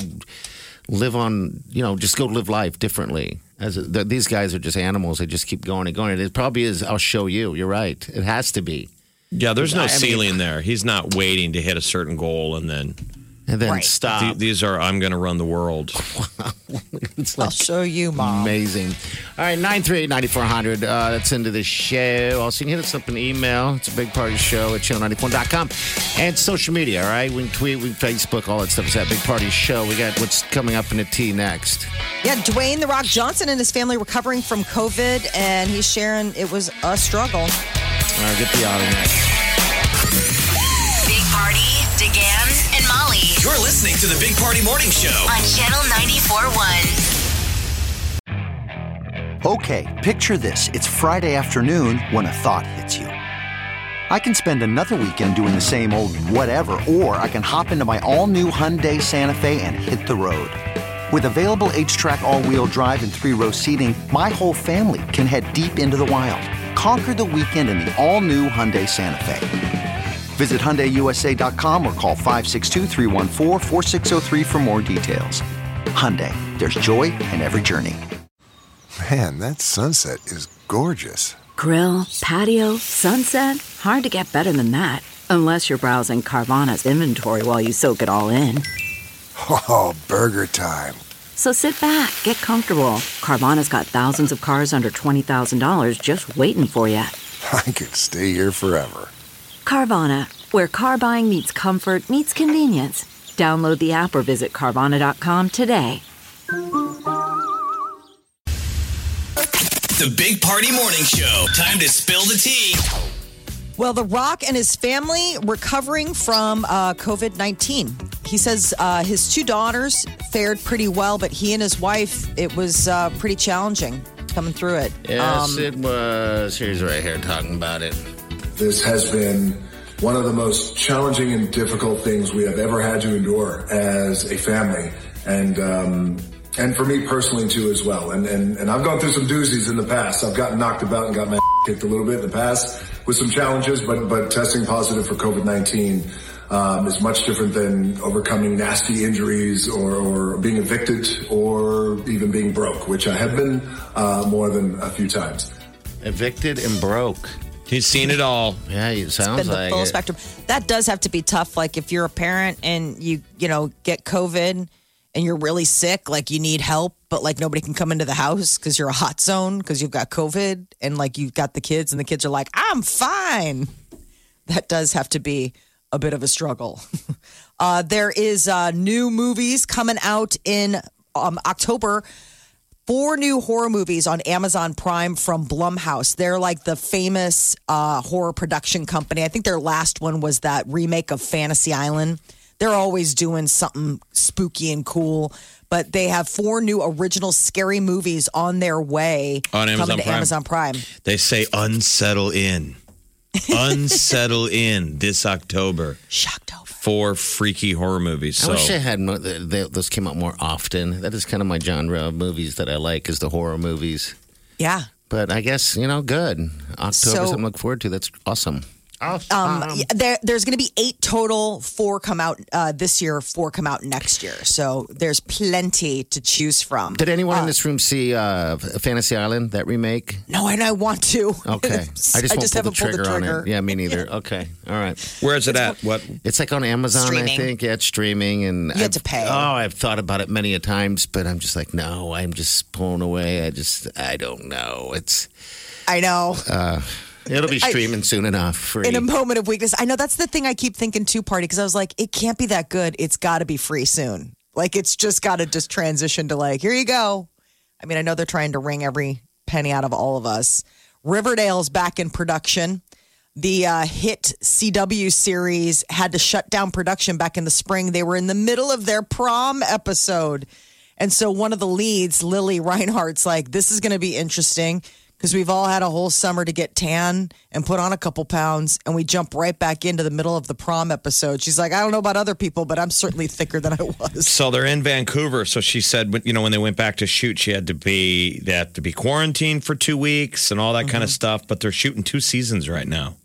Speaker 5: live on, you know, just go live life differently. As th- these guys are just animals; they just keep going and going. And it probably is. I'll show you. You're right. It has to be.
Speaker 6: Yeah, there's no
Speaker 5: I mean-
Speaker 6: ceiling there. He's not waiting to hit a certain goal and then
Speaker 5: And then
Speaker 4: Right.
Speaker 6: Th-
Speaker 5: stop.
Speaker 6: these are I'm going to run the world.
Speaker 5: it's
Speaker 4: I'll
Speaker 5: like
Speaker 4: show you, mom.
Speaker 5: amazing. All right, nine three eight ninety four hundred. Uh, that's into the show. Also, you can hit us up an email. It's a big party show at channel94.com. And social media, all right? We can tweet, we can Facebook, all that stuff. It's that big party show. We got what's coming up in the T next.
Speaker 4: Yeah, Dwayne The Rock Johnson and his family recovering from COVID, and he's sharing it was a
Speaker 5: All
Speaker 4: struggle.
Speaker 5: right, get the audio
Speaker 4: Um,
Speaker 5: next.
Speaker 3: Big Party, DeGan, and Molly
Speaker 2: You're listening to the Big Party Morning Show.
Speaker 3: on Channel 94.1.
Speaker 10: Okay, picture this. It's Friday afternoon when a thought hits you. I can spend another weekend doing the same old whatever, or I can hop into my all new Hyundai Santa Fe and hit the road. With available H track, all wheel drive, and three row seating, my whole family can head deep into the wild. Conquer the weekend in the all new Hyundai Santa Fe. Visit HyundaiUSA.com or call 562-314-4603 for more details. Hyundai, there's joy in every journey.
Speaker 11: Man, that sunset is gorgeous.
Speaker 12: Grill, patio, sunset. Hard to get better than that. Unless you're browsing Carvana's inventory while you soak it all in.
Speaker 11: Oh, burger time.
Speaker 12: So sit back, get comfortable. Carvana's got thousands of cars under $20,000 just waiting for you.
Speaker 11: I could stay here forever.
Speaker 12: Carvana, where car buying meets comfort, meets convenience. Download the app or visit Carvana.com today.
Speaker 2: The Big Party Morning Show. Time to spill the tea.
Speaker 4: Well, The Rock and his family recovering from uh, COVID 19. He says uh, his two daughters fared pretty well, but he and his wife, it was uh, pretty challenging coming through it.
Speaker 5: Yes, it was. Here's right here talking about it.
Speaker 7: This has been one of the most challenging and difficult things we have ever had to endure as a family, and um, and for me personally too as well. And and and I've gone through some doozies in the past. I've gotten knocked about and got my kicked a little bit in the past with some challenges, but but testing positive for COVID nineteen. Um, is much different than overcoming nasty injuries or, or being evicted or even being broke, which I have been uh, more than a few times.
Speaker 5: Evicted and broke.
Speaker 6: He's seen it all.
Speaker 5: Yeah, it sounds
Speaker 4: been the
Speaker 5: like
Speaker 4: full
Speaker 5: it.
Speaker 4: spectrum. That does have to be tough. Like if you're a parent and you you know get COVID and you're really sick, like you need help, but like nobody can come into the house because you're a hot zone because you've got COVID and like you've got the kids and the kids are like, I'm fine. That does have to be a bit of a struggle. uh, there is uh, new movies coming out in um, October four new horror movies on Amazon Prime from Blumhouse. They're like the famous uh, horror production company. I think their last one was that remake of Fantasy Island. They're always doing something spooky and cool, but they have four new original scary movies on their way
Speaker 6: On Amazon
Speaker 4: coming to
Speaker 6: Prime.
Speaker 4: Amazon Prime.
Speaker 6: They say unsettle in. unsettle in this October.
Speaker 4: Shocktober.
Speaker 6: Four freaky horror movies.
Speaker 5: I
Speaker 6: So
Speaker 5: wish I had more, th th those came out more often. That is kind of my genre of movies that I like is the horror movies.
Speaker 4: Yeah.
Speaker 5: But I guess you know, good October
Speaker 4: So-
Speaker 5: something to look forward to. That's awesome.
Speaker 4: Um, yeah, there, there's going to be eight total. Four come out uh, this year. Four come out next year. So there's plenty to choose from.
Speaker 5: Did anyone in this room see uh, Fantasy Island that remake?
Speaker 4: No, and I want to.
Speaker 5: Okay, I just won't pull the trigger, on it. Yeah, me neither. Okay, all right.
Speaker 6: where is it at? What?
Speaker 5: It's like on Amazon, I
Speaker 4: Streaming.
Speaker 5: think. Yeah, it's streaming, and
Speaker 4: You have to pay.
Speaker 5: Oh, I've thought about it many a times, but I'm just like, no, I'm just blown away. I just, I don't know. It's
Speaker 4: I know.
Speaker 5: Uh, it'll be
Speaker 4: I-
Speaker 5: streaming soon enough. Free.
Speaker 4: in a moment of weakness, I know that's the thing I keep thinking too, party, because I was like, it can't be that good. It's got to be free soon. Like it's just got to just transition to like, here you go. I mean, I know they're trying to wring every penny out of all of us. Riverdale's back in production. The uh, hit CW series had to shut down production back in the spring. They were in the middle of their prom episode. And so one of the leads, Lily Reinhardt's like, this is going to be interesting because we've all had a whole summer to get tan and put on a couple pounds. And we jump right back into the middle of the prom episode. She's like, I don't know about other people, but I'm certainly thicker than I was.
Speaker 6: So they're in Vancouver. So she said, when- you know, when they went back to shoot, she had to be they had to be quarantined for two weeks and all that kind of stuff. But they're shooting two seasons right now.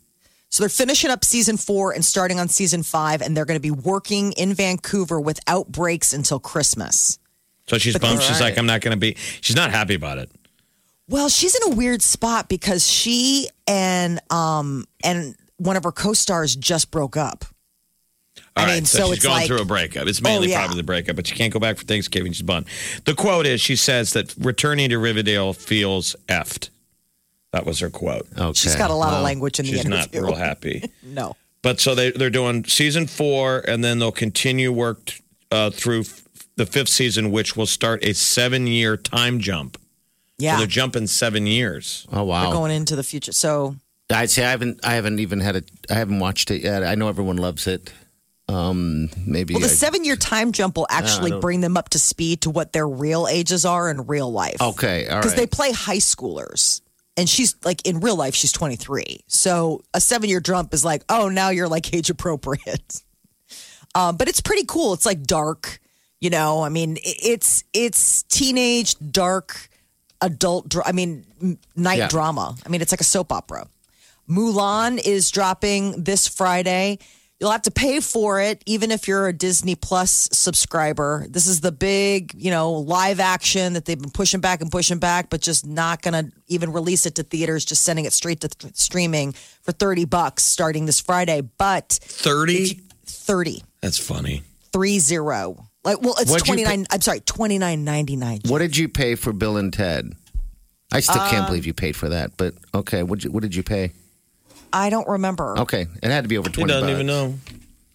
Speaker 4: So they're finishing up season four and starting on season five. And they're going to be working in Vancouver without breaks until Christmas.
Speaker 6: So she's
Speaker 4: But
Speaker 6: bummed.
Speaker 4: they're
Speaker 6: She's
Speaker 4: all
Speaker 6: like, I'm not going to be. She's not happy about it.
Speaker 4: Well, she's in a weird spot because she and um and one of her co-stars just broke up.
Speaker 6: All right,
Speaker 4: mean,
Speaker 6: so,
Speaker 4: so
Speaker 6: she's
Speaker 4: it's
Speaker 6: going
Speaker 4: like-
Speaker 6: through a breakup. It's mainly
Speaker 4: Oh, yeah.
Speaker 6: probably the breakup, but she can't go back for Thanksgiving. She's bummed. The quote is she says that returning to Riverdale feels effed. That was her quote. Okay.
Speaker 4: She's got a lot of Wow. language in the
Speaker 6: She's not
Speaker 4: interview.
Speaker 6: real happy.
Speaker 4: No.
Speaker 6: But so they, they're doing season four, and then they'll continue work uh, through f- the fifth season, which will start a seven year time jump.
Speaker 4: Yeah.
Speaker 6: So they're jumping seven years.
Speaker 5: Oh wow.
Speaker 4: They're going into the future. So
Speaker 5: I'd say I haven't I haven't even had it I haven't watched it yet. I know everyone loves it. Um maybe
Speaker 4: well, the
Speaker 5: I-
Speaker 4: seven-year time jump will actually
Speaker 5: don't-
Speaker 4: bring them up to speed to what their real ages are in real life.
Speaker 5: Okay, all
Speaker 4: because
Speaker 5: right.
Speaker 4: they play high schoolers, and she's like in real life she's 23. So a seven-year jump is like, oh, now you're like age appropriate. Um, but it's pretty cool. It's like dark, you know. I mean, i- it's it's teenage dark adult. Dr- I mean, m- night
Speaker 13: Yeah.
Speaker 4: drama. I mean, it's like a soap opera. Mulan is dropping this Friday. You'll have to pay for it, even if you're a Disney Plus subscriber. This is the big, you know, live action that they've been pushing back and pushing back, but just not going to even release it to theaters, just sending it straight to th- streaming for 30 bucks starting this Friday. But
Speaker 6: 30?
Speaker 4: 30
Speaker 6: That's funny.
Speaker 4: three zero. Like, well, it's
Speaker 5: What'd
Speaker 4: twenty
Speaker 5: you
Speaker 4: nine. I'm sorry, twenty nine ninety nine.
Speaker 5: What did you pay for Bill and Ted? I still can't
Speaker 4: Um,
Speaker 5: believe you paid for that, but okay, what you, what did you pay?
Speaker 4: I don't remember.
Speaker 5: Okay, it had to be over
Speaker 6: He
Speaker 5: twenty.
Speaker 6: doesn't
Speaker 5: bucks.
Speaker 6: even know.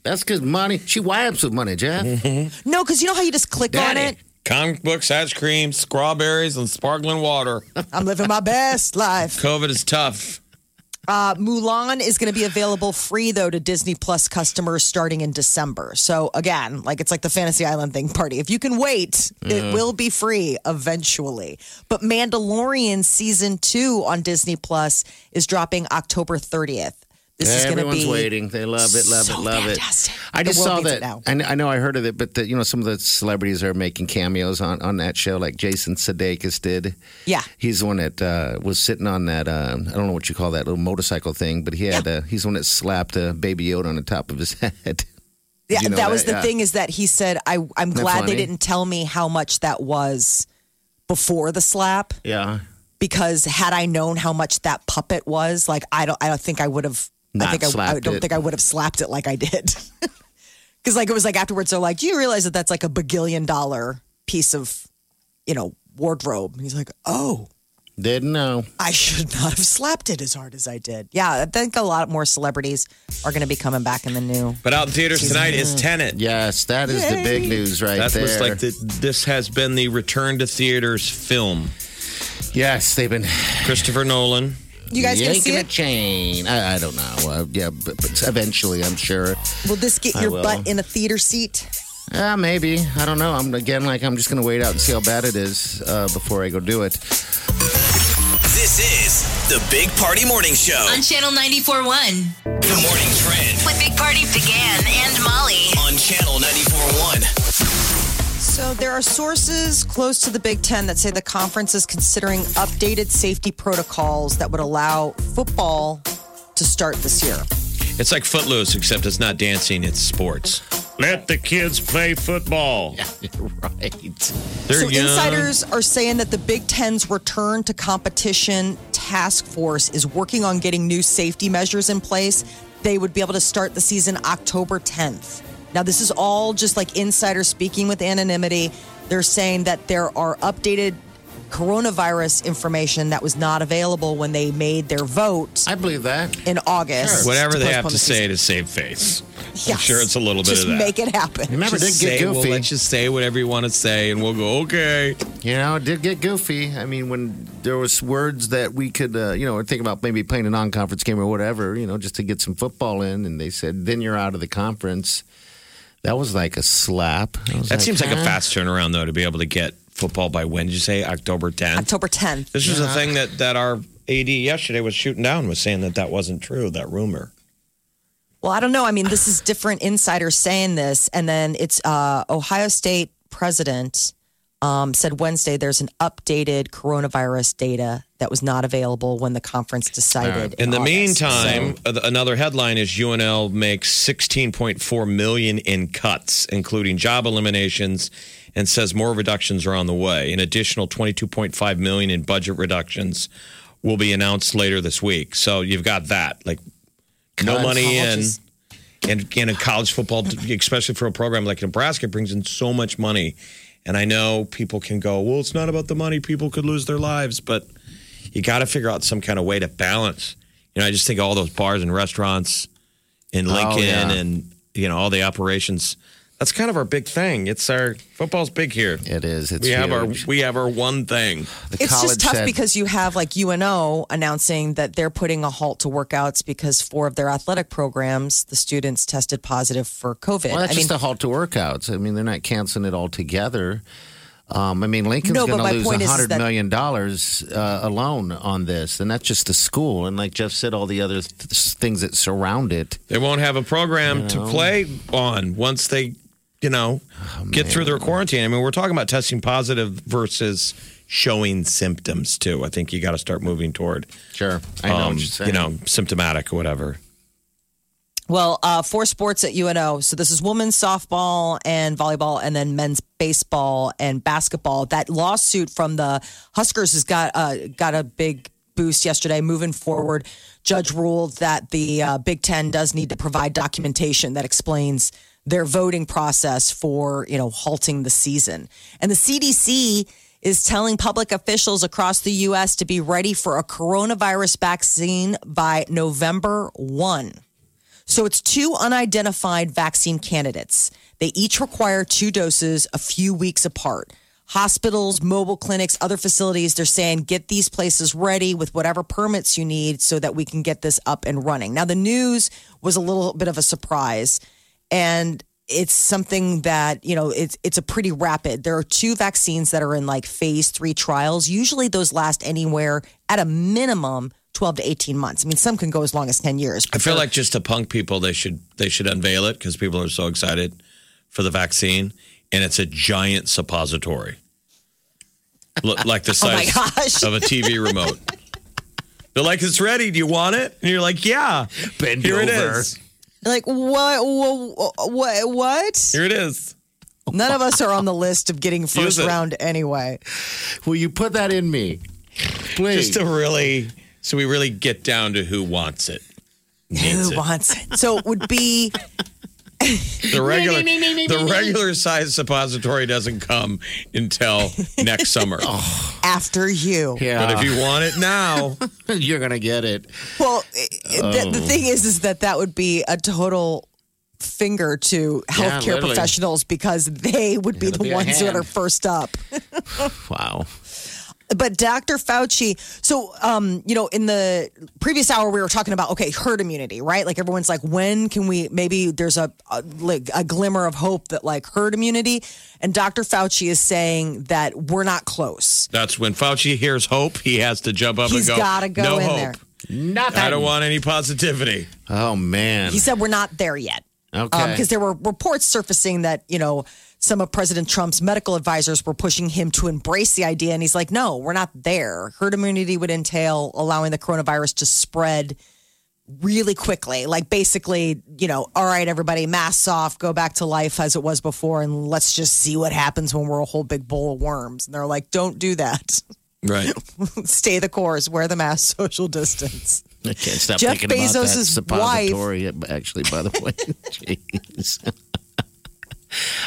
Speaker 5: That's because money. She wipes with money, Jeff.
Speaker 4: No, because you know how you just click on it.
Speaker 6: Comic books, ice cream, strawberries, and sparkling water.
Speaker 4: I'm living my best life.
Speaker 6: COVID is tough.
Speaker 4: Uh, Mulan is going to be available free though to Disney Plus customers starting in December. So again, like it's like the Fantasy Island thing party. If you can wait,
Speaker 13: Yeah.
Speaker 4: it will be free eventually. But Mandalorian season two on Disney Plus is dropping October 30th. This is going to
Speaker 5: Everyone's
Speaker 4: be
Speaker 5: waiting. They love it, love
Speaker 4: so
Speaker 5: it, love
Speaker 4: fantastic.
Speaker 5: it. I
Speaker 4: The
Speaker 5: just
Speaker 4: world
Speaker 5: saw
Speaker 4: needs
Speaker 5: that.
Speaker 4: it now.
Speaker 5: I, kn- I know I heard of it, but the, you know some of the celebrities are making cameos on, on that show, like Jason Sudeikis did.
Speaker 4: Yeah.
Speaker 5: he's the one that uh, was sitting on that. Uh, I don't know what you call that little motorcycle thing, but he had. Uh, he's the one that slapped a baby Yoda on the top of his head.
Speaker 4: Yeah,
Speaker 5: You know
Speaker 4: that was the
Speaker 5: yeah.
Speaker 4: thing is that he said, I, I'm
Speaker 5: that
Speaker 4: glad they
Speaker 5: funny?
Speaker 4: didn't tell me how much that was before the slap
Speaker 5: Yeah,
Speaker 4: because had I known how much that puppet was, like I don't I don't think I would have I
Speaker 5: Not
Speaker 4: think I, I
Speaker 5: slapped
Speaker 4: don't
Speaker 5: it.
Speaker 4: think I would have slapped it like I did. Cuz like it was like afterwards they're like, "Do you realize that that's like a bagillion dollar piece of, you know, wardrobe?" And he's like, "Oh,
Speaker 5: didn't know.
Speaker 4: I should not have slapped it as hard as I did." Yeah, I think a lot more celebrities are going to be coming back in the new
Speaker 6: But out in theaters tonight is Tenet.
Speaker 5: Yes, that is the big news right
Speaker 6: That was
Speaker 5: there.
Speaker 6: like the, this has been the return to theaters film.
Speaker 5: Yes, they've been
Speaker 6: Christopher Nolan.
Speaker 4: You guys gonna see
Speaker 5: Yanking
Speaker 4: it?
Speaker 5: a chain. I, I don't know. Uh, yeah, but, but eventually, I'm sure.
Speaker 4: Will this get
Speaker 5: I
Speaker 4: your
Speaker 5: will.
Speaker 4: butt in a theater seat?
Speaker 5: Yeah, Uh, maybe. I don't know. I'm again like I'm just gonna wait out and see how bad it is uh, before I go do it.
Speaker 2: This is the Big Party Morning Show.
Speaker 3: On Channel 94.1.
Speaker 2: Good morning, Trend.
Speaker 3: With Big Party began and Molly.
Speaker 2: On Channel 94.1.
Speaker 4: So there are sources close to the Big Ten that say the conference is considering updated safety protocols that would allow football to start this year.
Speaker 6: It's like Footloose, except it's not dancing, it's sports. Let the kids play football.
Speaker 5: right.
Speaker 6: They're
Speaker 4: so
Speaker 6: young.
Speaker 4: insiders are saying that the Big Ten's return to competition task force is working on getting new safety measures in place. They would be able to start the season October 10th. Now, this is all just like insiders speaking with anonymity. They're saying that there are updated coronavirus information that was not available when they made their vote. I
Speaker 5: believe that
Speaker 4: in August.
Speaker 6: Whatever they have
Speaker 4: postpone
Speaker 6: to
Speaker 4: the season.
Speaker 6: say to save face. I'm
Speaker 4: Yes.
Speaker 6: sure it's a little bit
Speaker 4: Just
Speaker 6: of that.
Speaker 4: make it happen.
Speaker 5: Remember,
Speaker 6: Just
Speaker 5: did get
Speaker 6: say, we'll
Speaker 5: goofy.
Speaker 6: let you say whatever you want to say, and we'll go, okay.
Speaker 5: You know, it did get goofy. I mean, when there was words that we could, uh, you know, think about maybe playing a non-conference game or whatever, you know, just to get some football in, and they said, "Then you're out of the conference." That was like a slap. I was
Speaker 6: That seems like a
Speaker 5: huh?
Speaker 6: fast turnaround, though, to be able to get football by when? Did you say October 10th?
Speaker 4: October 10th.
Speaker 6: This was a thing that, that our AD yesterday was shooting down, was saying that that wasn't true, that rumor.
Speaker 4: Well, I don't know. I mean, this is different insiders saying this, and then it's uh, Ohio State president um, said Wednesday there's an updated coronavirus data that was not available when the conference decided.
Speaker 6: In the
Speaker 4: August.
Speaker 6: meantime, uh, another headline is UNL makes 16.4 million in cuts, including job eliminations and says more reductions are on the way. An additional 22.5 million in budget reductions will be announced later this week. So you've got that, like no
Speaker 5: God.
Speaker 6: money in,
Speaker 5: Colleges.
Speaker 6: and in a college football, especially for a program like Nebraska, it brings in so much money. And I know people can go, well, it's not about the money. People could lose their lives, but you got to figure out some kind of way to balance. You know, I just think all those bars and restaurants in
Speaker 5: Oh,
Speaker 6: Lincoln
Speaker 5: yeah.
Speaker 6: and you know all the operations. That's kind of our big thing. It's our football's big here.
Speaker 5: It is. It's
Speaker 6: we have our
Speaker 5: huge.
Speaker 6: we have our one thing.
Speaker 4: it's just tough because you have like UNO announcing that they're putting a halt to workouts because four of their athletic programs, the students tested positive for COVID.
Speaker 5: Well, that's
Speaker 4: I mean,
Speaker 5: just a halt to workouts. I mean, they're not canceling it altogether. Um, I mean, Lincoln's
Speaker 4: No, but
Speaker 5: going
Speaker 4: my
Speaker 5: to lose
Speaker 4: point is
Speaker 5: hundred
Speaker 4: that-
Speaker 5: million dollars uh, alone on this, and that's just the school. And like Jeff said, all the other th- things that surround it.
Speaker 6: They won't have a program to
Speaker 5: No. Oh,
Speaker 6: play on once they, you know, get through their quarantine. I mean, we're talking about testing positive versus showing symptoms too. I think you got to start moving toward um,
Speaker 5: sure. I know what you're
Speaker 6: you
Speaker 5: saying.
Speaker 6: know, symptomatic or whatever.
Speaker 4: well, uh, four sports at UNO. So this is women's softball and volleyball, and then men's baseball and basketball. That lawsuit from the Huskers has got uh, got a big boost yesterday. Moving forward, judge ruled that the uh, Big Ten does need to provide documentation that explains their voting process for you know halting the season and the cdc is telling public officials across the us to be ready for a coronavirus vaccine by november 1 so it's two unidentified vaccine candidates they each require two doses a few weeks apart hospitals mobile clinics other facilities they're saying get these places ready with whatever permits you need so that we can get this up and running now the news was a little bit of a surprise and it's something that you know it's it's a pretty rapid there are two vaccines that are in like phase 3 trials usually those last anywhere at a minimum 12 to 18 months i mean some can go as long as 10 years
Speaker 6: I feel like just to punk people, they should they should unveil it because people are so excited for the vaccine, and it's a giant suppository, Look, like the
Speaker 4: Oh my
Speaker 6: size
Speaker 4: gosh.
Speaker 6: of a TV remote. They're like, "It's ready. Do you want it?" And you're like, "Yeah."
Speaker 5: Bend
Speaker 6: Here it
Speaker 5: over.
Speaker 6: is.
Speaker 4: like what what what, what?
Speaker 6: Here it is.
Speaker 4: none of us are on the list of getting first
Speaker 5: it.
Speaker 4: round anyway
Speaker 5: Will you put that in me, please?
Speaker 6: Just to really, so we really get down to who wants it. Needs
Speaker 4: who
Speaker 6: it.
Speaker 4: wants it so it would be
Speaker 6: The regular, the regular size suppository doesn't come until next summer.
Speaker 4: Oh, after you
Speaker 5: yeah.
Speaker 6: But if you want it now,
Speaker 5: you're going to get it.
Speaker 4: Well, the,
Speaker 5: Oh.
Speaker 4: the thing is, is that that would be a total finger to
Speaker 5: Yeah,
Speaker 4: healthcare
Speaker 5: literally.
Speaker 4: professionals because they would be
Speaker 5: It'll
Speaker 4: the
Speaker 5: be a
Speaker 4: ones that
Speaker 5: hand.
Speaker 4: are first up.
Speaker 5: Wow.
Speaker 4: But Dr. Fauci, so um, you know, in the previous hour we were talking about okay, herd immunity, right? Like everyone's like, when can we? Maybe there's a, a like a glimmer of hope that like herd immunity, and Dr. Fauci is saying that we're not close.
Speaker 6: that's when Fauci hears hope, he has to jump up
Speaker 4: He's
Speaker 6: and go.
Speaker 4: gotta go
Speaker 6: no
Speaker 4: in
Speaker 6: hope.
Speaker 4: there."
Speaker 5: Nothing.
Speaker 6: I don't want any positivity.
Speaker 5: Oh man.
Speaker 4: He said we're not there yet.
Speaker 5: okay.
Speaker 4: because there were reports surfacing that you know some of President Trump's medical advisors were pushing him to embrace the idea, and he's like, "No, we're not there. Herd immunity would entail allowing the coronavirus to spread really quickly. Like basically, you know, all right, everybody, masks off, go back to life as it was before, and let's just see what happens when we're a whole big bowl of worms." And they're like, "Don't do that.
Speaker 6: Right.
Speaker 4: Stay the course. Wear the mask. Social distance."
Speaker 5: I can't stop
Speaker 4: Jeff
Speaker 5: thinking about that
Speaker 4: Bezos's
Speaker 5: suppository. Actually, by the way, jeez,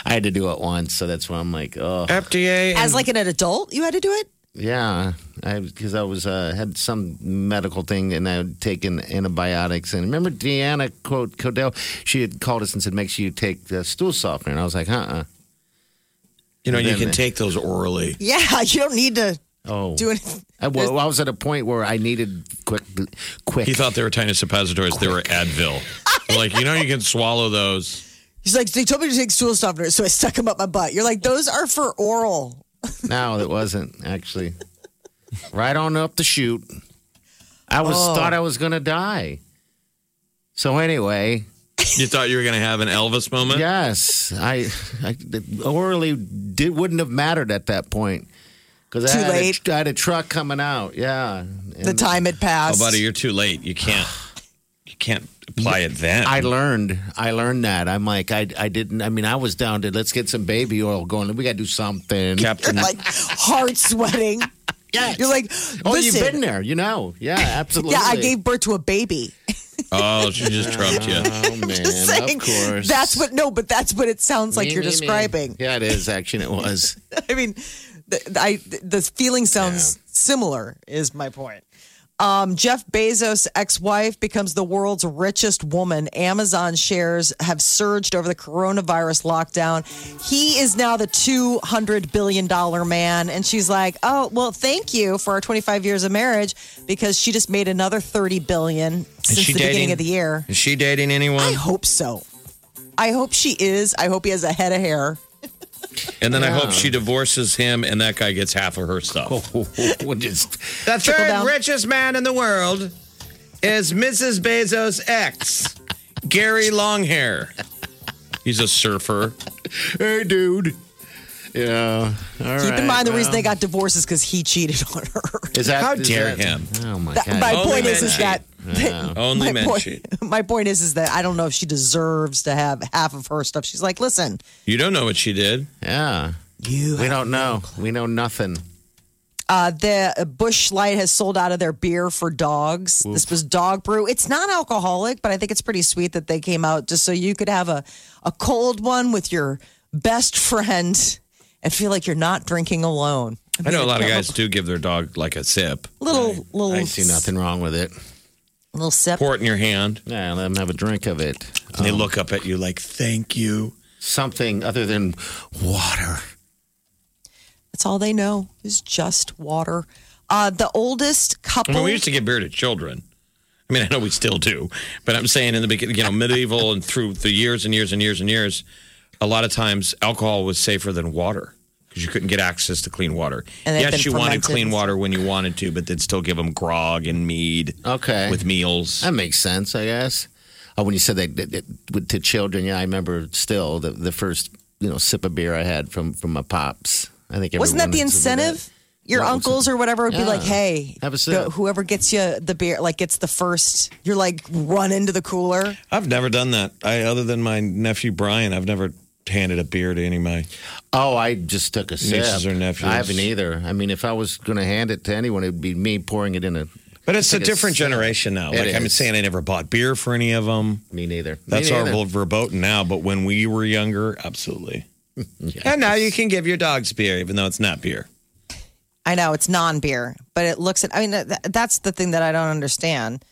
Speaker 5: I had to do it once, so that's why I'm like, oh,
Speaker 6: FDA.
Speaker 4: As
Speaker 6: and-
Speaker 4: like an adult, you had to do it.
Speaker 5: yeah, I because I was uh, had some medical thing and I had taken antibiotics. And remember, Deanna quote Codell, she had called us and said, make sure you take the stool softener, and I was like, uh, uh
Speaker 6: you know, you
Speaker 5: then-
Speaker 6: can take those orally.
Speaker 4: Yeah, you don't need to
Speaker 5: oh.
Speaker 4: do anything.
Speaker 5: I, well, I was at a point where I needed quick, quick.
Speaker 6: He thought they were tiny suppositories. They were Advil. like you know, you can swallow those.
Speaker 4: He's like, they told me to take stool softeners, so I stuck them up my butt. You're like, those are for oral.
Speaker 5: No, it wasn't actually. right on up the chute. I was
Speaker 4: Oh.
Speaker 5: thought I was gonna die. So anyway,
Speaker 6: You thought you were going to have an Elvis moment.
Speaker 5: yes, I, I orally did wouldn't have mattered at that point because I,
Speaker 4: Too
Speaker 5: had a-
Speaker 4: late.
Speaker 5: I had a truck coming out. Yeah,
Speaker 4: the time had
Speaker 6: Oh,
Speaker 4: passed.
Speaker 6: buddy, you're too late. You can't. You can't apply it then.
Speaker 5: I learned. I learned that. I'm like, I, I didn't. I mean, I was down to let's get some baby oil going. We got to do something.
Speaker 6: Captain,
Speaker 4: like hard sweating.
Speaker 5: Yes.
Speaker 4: You're like,
Speaker 5: oh, you've
Speaker 4: listen.
Speaker 5: been there. You know. Yeah, absolutely.
Speaker 4: Yeah, I gave birth to a baby.
Speaker 6: Oh, she just trumped you.
Speaker 5: Oh man,
Speaker 4: Just saying,
Speaker 5: of course.
Speaker 4: That's what no, but that's what it sounds like
Speaker 5: Me,
Speaker 4: you're
Speaker 5: me, me.
Speaker 4: describing.
Speaker 5: Yeah, it is. Actually, it was.
Speaker 4: I mean, the, I the feeling sounds similar. Is my point. Um, Jeff Bezos' ex-wife becomes the world's richest woman. Amazon shares have surged over the coronavirus lockdown. He is now the two hundred billion dollar man, and she's like, "Oh, well, thank you for our twenty-five years of marriage," because she just made another thirty billion
Speaker 6: Is
Speaker 4: since the beginning of the year.
Speaker 6: Is she dating anyone?
Speaker 4: I hope so. I hope she is. I hope he has a head of hair.
Speaker 6: and then I hope she divorces him and that guy gets half of her stuff.
Speaker 5: We'll just-
Speaker 13: The third
Speaker 4: down.
Speaker 13: richest man in the world is Mrs. Bezos' ex.
Speaker 6: Gary Longhair. He's a surfer.
Speaker 5: hey, dude. Yeah. All
Speaker 4: Keep in
Speaker 5: right,
Speaker 4: mind the reason
Speaker 5: well.
Speaker 4: they got divorced is because he cheated on her.
Speaker 5: Is that,
Speaker 6: How
Speaker 5: is
Speaker 6: dare
Speaker 5: that-
Speaker 6: him.
Speaker 5: Oh my
Speaker 4: That-
Speaker 5: god.
Speaker 4: my
Speaker 6: Only
Speaker 4: point is,
Speaker 6: men
Speaker 4: is that
Speaker 5: Yeah.
Speaker 6: Only
Speaker 4: my
Speaker 6: men
Speaker 4: point,
Speaker 6: cheat.
Speaker 4: my point is, is that I don't know if she deserves to have half of her stuff. She's like, listen,
Speaker 6: You don't know what she did.
Speaker 5: yeah.
Speaker 4: you.
Speaker 5: We don't know. We know nothing.
Speaker 4: Uh, the Bush Light has sold out of their beer for dogs. This was dog brew. It's not alcoholic, but I think it's pretty sweet that they came out just so you could have a a cold one with your best friend and feel like you're not drinking alone.
Speaker 6: I know a lot of
Speaker 4: Yeah.
Speaker 6: guys do give their dog like a sip.
Speaker 4: Little little
Speaker 5: I see nothing wrong with it.
Speaker 4: little sip.
Speaker 6: Pour it in your hand.
Speaker 5: Yeah, let them have a drink of it.
Speaker 6: And
Speaker 4: Oh.
Speaker 6: they look up at you like, thank you.
Speaker 5: Something other than water.
Speaker 4: That's all they know is just water. Uh, the oldest
Speaker 6: I
Speaker 4: couple.
Speaker 6: mean, we used to give beer to children. I mean, I know we still do, but I'm saying in the beginning, you know, medieval and through the years and years and years and years, a lot of times alcohol was safer than water because you couldn't get access to clean water.
Speaker 4: And they've
Speaker 6: yes,
Speaker 4: been
Speaker 6: you wanted
Speaker 4: fermented.
Speaker 6: clean water when you wanted to, but they'd still give them grog and mead
Speaker 5: Okay.
Speaker 6: with meals.
Speaker 5: That makes sense, I guess. Oh, when you said that, that, that with- to children, yeah, I remember still the, the first you know sip of beer I had from from my pops. I think
Speaker 4: wasn't that
Speaker 5: everyone
Speaker 4: the
Speaker 5: did
Speaker 4: incentive?
Speaker 5: that.
Speaker 4: Your
Speaker 5: What was
Speaker 4: uncles or whatever would be like,
Speaker 5: Yeah.
Speaker 4: "Hey,
Speaker 5: Have a
Speaker 4: the-
Speaker 5: sip.
Speaker 4: whoever gets you the beer, like gets the first, you're like run into the cooler."
Speaker 6: I've never done that. I, other than my nephew Brian, I've never handed a beer to any of my.
Speaker 5: Oh, I just took a sip.
Speaker 6: Nieces or nephews.
Speaker 5: I haven't either. I mean, if I was going to hand it to anyone, it'd be me pouring it in a.
Speaker 6: But it's a
Speaker 5: Like a
Speaker 6: different
Speaker 5: sip.
Speaker 6: generation now.
Speaker 5: It
Speaker 6: like I'm
Speaker 5: is.
Speaker 6: saying, I never bought beer for any of them.
Speaker 5: Me neither. Me
Speaker 6: That's our
Speaker 5: neither.
Speaker 6: whole verboten now. But when we were younger, absolutely.
Speaker 5: Yeah.
Speaker 6: And now you can give your dogs beer, even though it's not beer.
Speaker 4: I know it's non-beer, but it looks at. I mean, th- that's the thing that I don't understand.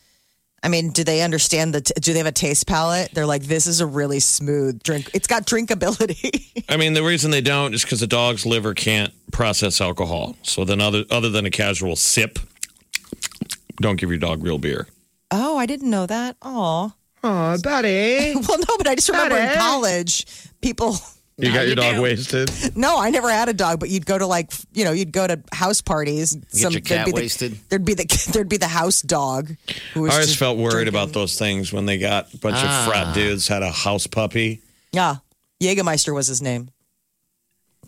Speaker 4: I mean, do they understand the? T- do they have a taste palette? They're like, "This is a really smooth drink. It's got drinkability."
Speaker 6: I mean, the reason they don't is because the dog's liver can't process alcohol. So then, other other than a casual sip, don't give your dog real beer.
Speaker 4: oh, I didn't know that. Oh,
Speaker 13: Oh, buddy.
Speaker 4: well, no, but I just remember in
Speaker 13: Got it.
Speaker 4: college, people.
Speaker 6: You got your dog wasted.
Speaker 4: No, I never had a dog, but you'd go to like you know you'd go to house parties.
Speaker 5: Get your
Speaker 4: there'd
Speaker 5: cat
Speaker 4: be the-
Speaker 5: wasted?
Speaker 4: There'd be the there'd be the house dog. Who was
Speaker 6: I always
Speaker 4: just
Speaker 6: felt worried
Speaker 4: drinking. Ah.
Speaker 6: about those things when they got a bunch of frat dudes had a house puppy.
Speaker 4: Yeah, Jägermeister was his name.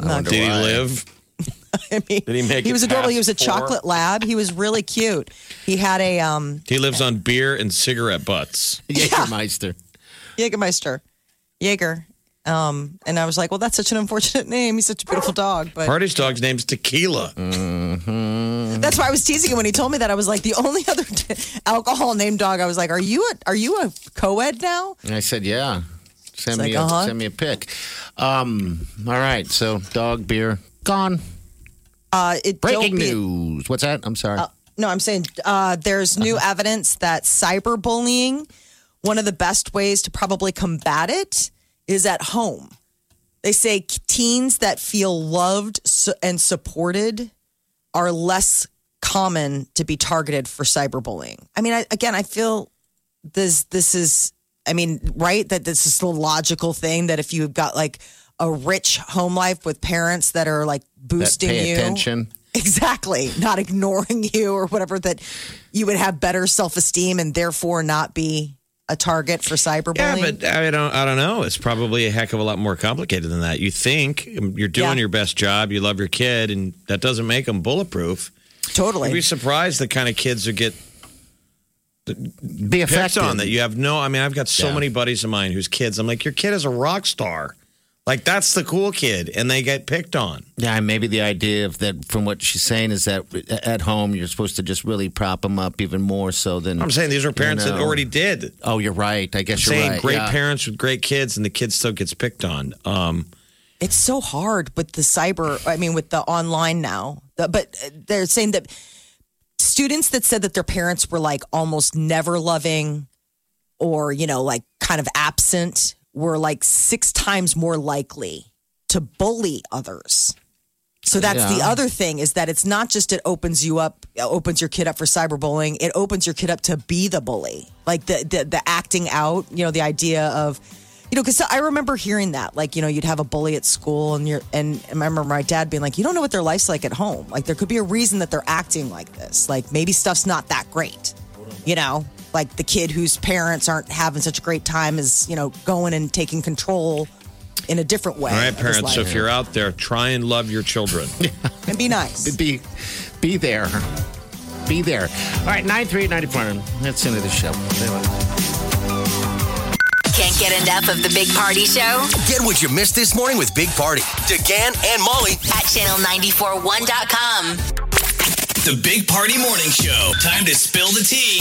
Speaker 5: wonder
Speaker 6: Did he
Speaker 5: why.
Speaker 6: live?
Speaker 4: I mean,
Speaker 6: Did he make
Speaker 4: he
Speaker 6: it
Speaker 4: was adorable. He was
Speaker 6: past
Speaker 4: a
Speaker 6: four?
Speaker 4: chocolate lab. He was really cute. He had a um
Speaker 6: He lives on beer and cigarette butts.
Speaker 5: Jägermeister.
Speaker 4: Jägermeister, Jaeger. Um, and I was like, well, that's such an unfortunate name. He's such a beautiful dog, but
Speaker 6: Party's dog's name's Tequila.
Speaker 4: That's why I was teasing him when he told me that. I was like, the only other alcohol named dog. I was like, are you a are you a co-ed now?
Speaker 5: And I said, "Yeah, send
Speaker 4: It's
Speaker 5: me
Speaker 4: like,
Speaker 5: a,
Speaker 4: uh-huh.
Speaker 5: send me a pic." Um, all right, so dog beer gone.
Speaker 4: Uh, it
Speaker 5: Breaking
Speaker 4: don't be-
Speaker 5: news. What's that? I'm sorry.
Speaker 4: No, I'm saying uh, there's new
Speaker 5: Uh-huh.
Speaker 4: evidence that cyberbullying, one of the best ways to probably combat it is at home. They say teens that feel loved su- and supported are less common to be targeted for cyberbullying. I mean, I, again, I feel this this is I mean, right? That this is the logical thing that if you've got like a rich home life with parents that are like
Speaker 5: that
Speaker 4: boosting
Speaker 5: pay
Speaker 4: you
Speaker 5: attention.
Speaker 4: Exactly. Not ignoring you or whatever, that you would have better self esteem and therefore not be a target for
Speaker 6: Yeah,
Speaker 4: cyberbullying.
Speaker 6: but I don't. I don't know. It's probably a heck of a lot more complicated than that. You think you're doing
Speaker 4: Yeah.
Speaker 6: your best job. You love your kid, and that doesn't make them bulletproof. You'd
Speaker 4: totally.
Speaker 6: be surprised the kind of kids who get
Speaker 5: be
Speaker 6: picked
Speaker 5: effective.
Speaker 6: on that you have no i mean i've got so
Speaker 5: Yeah.
Speaker 6: many buddies of mine whose kids i'm like your kid is a rock star like that's the cool kid and they get picked on
Speaker 5: Yeah, and maybe the idea of that from what she's saying is that at home you're supposed to just really prop them up even more so than
Speaker 6: i'm saying these are
Speaker 5: you
Speaker 6: parents that
Speaker 5: know.
Speaker 6: already did
Speaker 5: Oh, you're right. I guess you're
Speaker 6: saying
Speaker 5: right.
Speaker 6: great
Speaker 5: yeah.
Speaker 6: parents with great kids and the kid still gets picked on um
Speaker 4: It's so hard with the cyber, I mean, with the online now. The- But they're saying that students that said that their parents were like almost never loving or, you know, like kind of absent were like six times more likely to bully others. So that's the
Speaker 14: Yeah.
Speaker 4: other thing is that it's not just it opens you up, it opens your kid up for cyberbullying. It opens your kid up to be the bully, like the the, the acting out. You know, the idea of, you know, because I remember hearing that, like you know, you'd have a bully at school, and you're, and I remember my dad being like, you don't know what their life's like at home. Like there could be a reason that they're acting like this. Like maybe stuff's not that great, you know. Like the kid whose parents aren't having such a great time is, you know, going and taking control in a different way.
Speaker 6: all right
Speaker 4: of his
Speaker 6: parents so
Speaker 4: life.
Speaker 6: if you're out there try and love your children
Speaker 4: and be nice
Speaker 5: be be there be there all right 9394 that's the end of the show
Speaker 3: Can't get enough of the Big Party Show
Speaker 2: Get what you missed this morning with Big Party, DeGan and Molly.
Speaker 3: at channel941.com.
Speaker 2: The Big Party Morning Show. Time to spill the tea.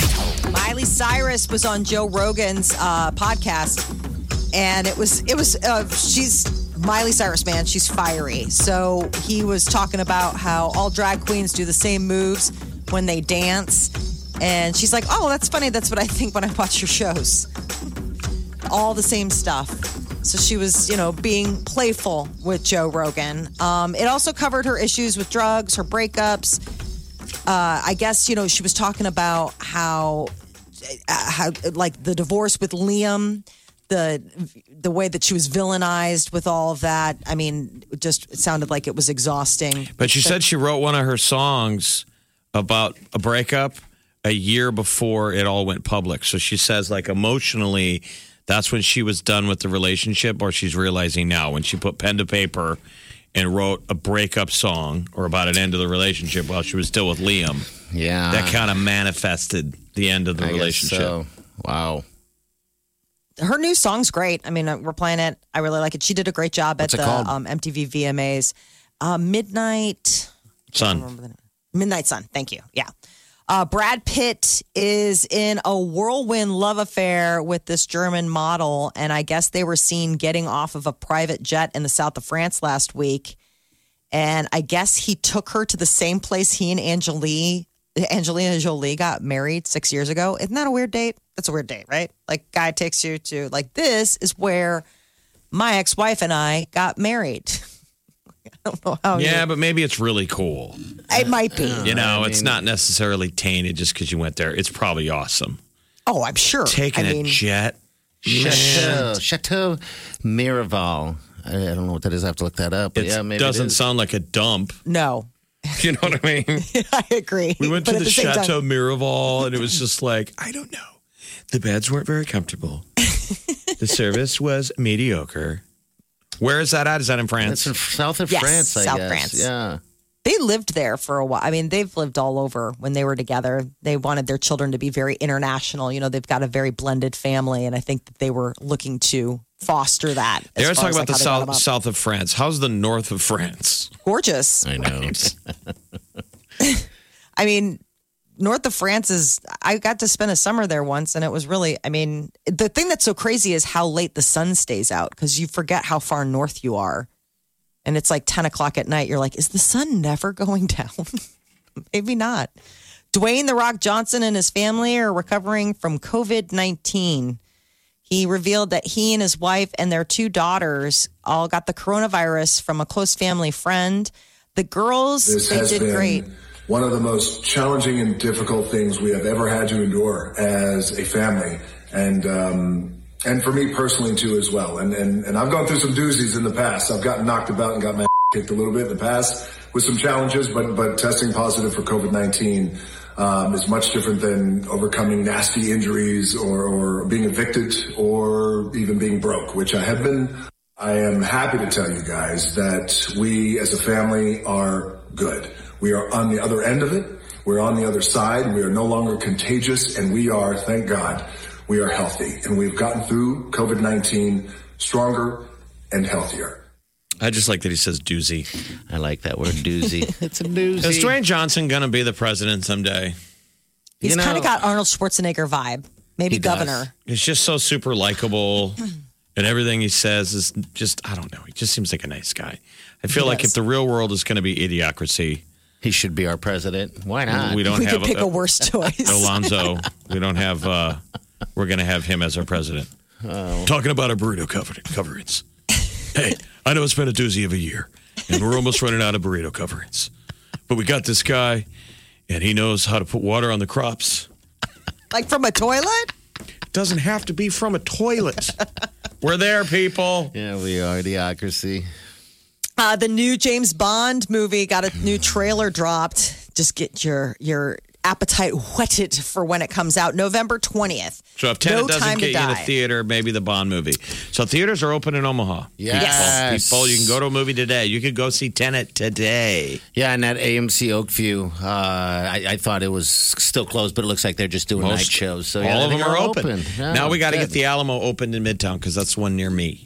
Speaker 4: Miley Cyrus was on Joe Rogan's uh, podcast, and it was it was uh, she's Miley Cyrus, man, she's fiery. So he was talking about how all drag queens do the same moves when they dance, and she's like, "Oh, that's funny. That's what I think when I watch your shows. All the same stuff." So she was, you know, being playful with Joe Rogan. Um, it also covered her issues with drugs, her breakups uh, I guess you know she was talking about how uh, how like the divorce with Liam, the the way that she was villainized with all of that. I mean, it just it sounded like it was exhausting.
Speaker 6: But she said she wrote one of her songs about a breakup a year before it all went public. So she says, like, emotionally, that's when she was done with the relationship, or she's realizing now when she put pen to paper and wrote a breakup song or about an end of the relationship while she was still with Liam.
Speaker 5: Yeah.
Speaker 6: That kind of manifested the end of the
Speaker 5: Ah. I guess
Speaker 6: relationship.
Speaker 5: so. Wow.
Speaker 4: Her new song's great. I mean, uh, we're playing it. I really like it. She did a great job
Speaker 6: What's
Speaker 4: at
Speaker 6: it
Speaker 4: the
Speaker 6: called?
Speaker 4: um, MTV VMAs. Uh, Midnight.
Speaker 6: Son.
Speaker 4: Midnight Sun. Thank you. Yeah. Uh, Brad Pitt is in a whirlwind love affair with this German model, and I guess they were seen getting off of a private jet in the south of France last week. And I guess he took her to the same place he and Angelie, Angelina Jolie got married six years ago. Isn't that a weird date? That's a weird date, right? Like, guy takes you to, like, this is where my ex wife and I got married. I don't know how. you-
Speaker 6: yeah, but maybe it's really cool.
Speaker 4: It might be.
Speaker 5: Uh,
Speaker 6: You know, it's not necessarily tainted just because you went there. It's probably awesome.
Speaker 4: Oh, I'm sure.
Speaker 6: Taking
Speaker 5: I
Speaker 6: a
Speaker 5: mean-
Speaker 6: jet.
Speaker 5: chateau chateau miraval I, I don't know what that is i have to look that up but
Speaker 6: It
Speaker 5: yeah maybe
Speaker 6: doesn't
Speaker 5: it is.
Speaker 6: sound like a dump.
Speaker 4: No.
Speaker 6: You know what I mean?
Speaker 4: I agree.
Speaker 6: We went to
Speaker 4: But at
Speaker 6: the,
Speaker 4: same
Speaker 6: Chateau
Speaker 4: time-
Speaker 6: Miraval, and it was just like I don't know. The beds weren't very comfortable. the service was mediocre. Where is that at? Is that in France?
Speaker 5: That's in south of
Speaker 4: Yes,
Speaker 5: france i
Speaker 4: south
Speaker 5: guess
Speaker 4: France.
Speaker 5: yeah
Speaker 4: They lived there for a while. I mean, they've lived all over when they were together. They wanted their children to be very international. You know, they've got a very blended family, and I think that they were looking to foster that.
Speaker 6: They
Speaker 4: as
Speaker 6: always talk
Speaker 4: far as,
Speaker 6: about the
Speaker 4: like, how they brought
Speaker 6: south south of France. How's the north of France?
Speaker 4: them up. Gorgeous.
Speaker 5: I know.
Speaker 4: I mean, north of France is. I got to spend a summer there once, and it was really. I mean, the thing that's so crazy is how late the sun stays out because you forget how far north you are, and it's like ten o'clock at night. You're like, is the sun never going down? Maybe not. Dwayne the Rock Johnson and his family are recovering from COVID nineteen. He revealed that he and his wife and their two daughters all got the coronavirus from a close family friend. The girls
Speaker 7: This
Speaker 4: they
Speaker 7: has
Speaker 4: did
Speaker 7: been
Speaker 4: great.
Speaker 7: one of the most challenging and difficult things we have ever had to endure as a family, and um, and for me personally too as well. And and and I've gone through some doozies in the past. I've gotten knocked about and got my kicked a little bit in the past with some challenges, but but testing positive for COVID nineteen. Um, is much different than overcoming nasty injuries or, or being evicted or even being broke, which I have been. I am happy to tell you guys that we as a family are good. We are on the other end of it. We're on the other side. We are no longer contagious and we are, thank God, we are healthy and we've gotten through COVID-19 stronger and healthier.
Speaker 6: I just like that he says doozy.
Speaker 5: I like that word doozy.
Speaker 4: it's a news.
Speaker 6: Is Dwayne Johnson going to be the president someday?
Speaker 4: He's
Speaker 6: You know-
Speaker 4: kind of got Arnold Schwarzenegger vibe. Maybe
Speaker 6: He does.
Speaker 4: governor.
Speaker 6: He's just so super likable, and everything he says is just I don't know. He just seems like a nice guy. I feel
Speaker 4: He
Speaker 6: like
Speaker 4: does.
Speaker 6: if the real world is going to be idiocracy,
Speaker 5: he should be our president. Why not?
Speaker 6: We don't
Speaker 4: Ah, we
Speaker 6: have uh,
Speaker 4: could pick a, worse choice.
Speaker 6: Alonzo. we don't have. Uh, we're going to have him as our president.
Speaker 4: Oh.
Speaker 6: Talking about our burrito cover- coverings. hey, I know it's been a doozy of a year, and we're almost running out of burrito coverings. But we got this guy, and he knows how to put water on the crops.
Speaker 4: like from a toilet?
Speaker 6: Doesn't have to be from a toilet. we're there, people.
Speaker 5: Yeah, we are idiocracy.
Speaker 4: Uh, the new James Bond movie got a new trailer dropped. Just get your your appetite whetted for when it comes out November 20th.
Speaker 6: So if Tenet
Speaker 4: No
Speaker 6: doesn't
Speaker 4: time
Speaker 6: get
Speaker 4: to
Speaker 6: you in a
Speaker 4: die.
Speaker 6: theater, maybe the Bond movie. So theaters are open in Omaha.
Speaker 5: Yes.
Speaker 6: People, people, you can go to a movie today. You could go see Tenet today.
Speaker 5: Yeah, and that AMC Oakview, uh, I, I thought it was still closed, but it looks like they're just doing night shows. So yeah,
Speaker 6: all of
Speaker 5: they
Speaker 6: them are open.
Speaker 5: Yeah,
Speaker 6: now we got to get
Speaker 5: good.
Speaker 6: the Alamo opened in Midtown because that's one near me.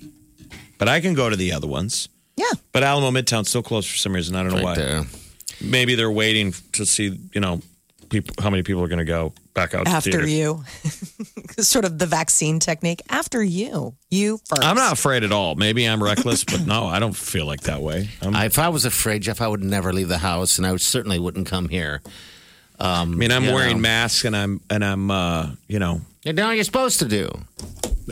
Speaker 6: But I can go to the other ones.
Speaker 4: Yeah.
Speaker 6: But Alamo Midtown's still closed for some reason. I don't know why.
Speaker 5: Right there.
Speaker 6: Maybe they're waiting to see, you know, people, how many people are going to go back out to
Speaker 4: After
Speaker 6: theaters.
Speaker 4: you. sort of the vaccine technique. After you. You first.
Speaker 6: I'm not afraid at all. Maybe I'm reckless, but no, I don't feel like that way. I'm,
Speaker 5: If I was afraid, Jeff, I would never leave the house, and I would, certainly wouldn't come here. Um,
Speaker 6: I mean, I'm wearing masks and I'm and I'm uh, you know,
Speaker 5: No, you're supposed to do.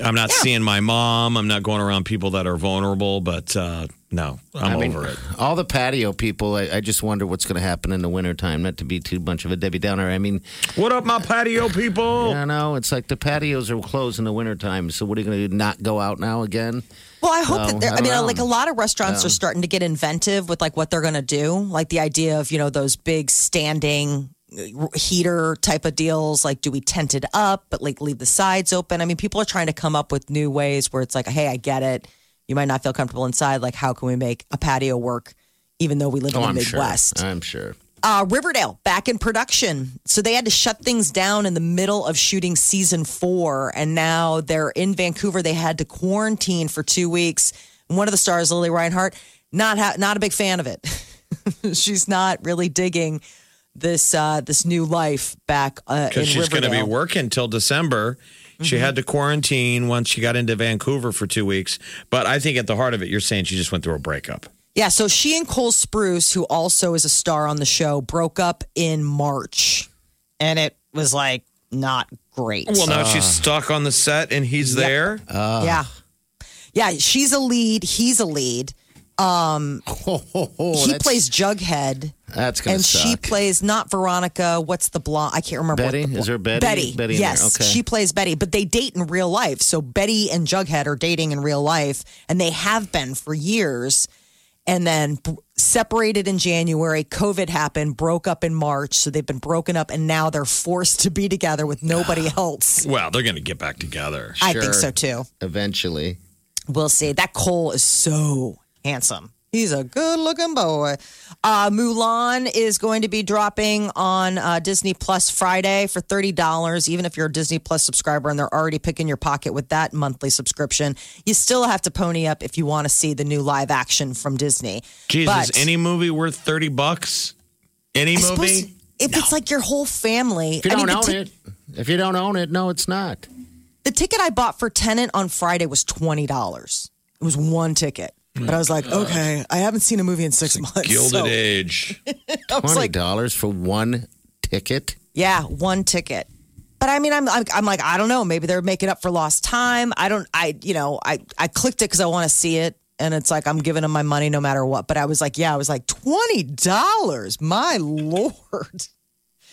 Speaker 6: I'm not seeing my mom. I'm not going around people that are vulnerable, but uh, no, I'm
Speaker 5: I mean,
Speaker 6: over it.
Speaker 5: All the patio people, I, I just wonder what's going to happen in the wintertime. Not to be too much of a Debbie Downer. I mean,
Speaker 6: What up, my patio people?
Speaker 5: I don't know. It's like the patios are closed in the wintertime. So what are you going to do? Not go out now again?
Speaker 4: Well, I hope
Speaker 5: So,
Speaker 4: that they're, I,
Speaker 5: I
Speaker 4: mean,
Speaker 5: don't know.
Speaker 4: like a lot of restaurants
Speaker 5: Yeah.
Speaker 4: are starting to get inventive with like what they're going to do, like the idea of you know those big standing uh, heater type of deals. Like, do we tent it up, but like leave the sides open? I mean, people are trying to come up with new ways where it's like, hey, I get it. You might not feel comfortable inside. Like, how can we make a patio work, even though we live
Speaker 5: Oh,
Speaker 4: in
Speaker 5: I'm
Speaker 4: the Midwest?
Speaker 5: sure. I'm sure.
Speaker 4: uh, Riverdale back in production. So they had to shut things down in the middle of shooting season four, and now they're in Vancouver. They had to quarantine for two weeks. And one of the stars, Lily Reinhart, not ha- not a big fan of it. She's not really digging this uh, this new life back uh, in
Speaker 6: Because she's going to be
Speaker 4: Riverdale.
Speaker 6: working till December. She had to quarantine once she got into Vancouver for two weeks. But I think at the heart of it, you're saying she just went through a breakup.
Speaker 4: yeah, so she and Cole Spruce, who also is a star on the show, broke up in March, and it was like not great.
Speaker 6: Well, now she's stuck on the set and he's there.
Speaker 4: yeah. Yeah, she's a lead. He's a lead. Um,
Speaker 5: Oh, oh, oh,
Speaker 4: he
Speaker 5: that's-
Speaker 4: plays Jughead,
Speaker 5: That's going
Speaker 4: and
Speaker 5: to suck.
Speaker 4: she plays not Veronica. What's the blonde? I can't remember.
Speaker 5: Betty?
Speaker 4: What the blo-
Speaker 5: Is there Betty?
Speaker 4: Betty.
Speaker 5: Betty in there,
Speaker 4: yes,
Speaker 5: okay.
Speaker 4: she plays Betty, but they date in real life. So Betty and Jughead are dating in real life, and they have been for years. And then b- separated in January, COVID happened, broke up in March. So they've been broken up, and now they're forced to be together with nobody else.
Speaker 6: Well, they're going to get back together.
Speaker 4: I think so too.
Speaker 5: Eventually.
Speaker 4: We'll see. That Cole is so handsome. He's a good looking boy. Uh, Mulan is going to be dropping on uh, Disney Plus Friday for $30. Even if you're a Disney Plus subscriber and they're already picking your pocket with that monthly subscription, you still have to pony up if you want to see the new live action from Disney.
Speaker 6: Jesus,
Speaker 4: But-
Speaker 6: any movie worth 30 bucks? Any
Speaker 4: I suppose
Speaker 6: movie?
Speaker 4: If it's like your whole family,
Speaker 5: If you
Speaker 4: I
Speaker 5: don't
Speaker 4: mean, the
Speaker 5: own
Speaker 4: tic-
Speaker 5: it, if you don't own it, no, it's not.
Speaker 4: The ticket I bought for Tenant on Friday was twenty dollars. It was one ticket, but I was like, okay, I haven't seen a movie in six months.
Speaker 6: Gilded
Speaker 4: so-
Speaker 6: Age.
Speaker 4: I was
Speaker 5: Twenty
Speaker 4: like,
Speaker 5: dollars for one ticket.
Speaker 4: yeah, one ticket. But I mean, I'm, I'm I'm like, I don't know. Maybe they're making up for lost time. I don't. I you know, I I clicked it because I want to see it, and it's like I'm giving them my money no matter what. But I was like, yeah, I was like twenty dollars. My lord.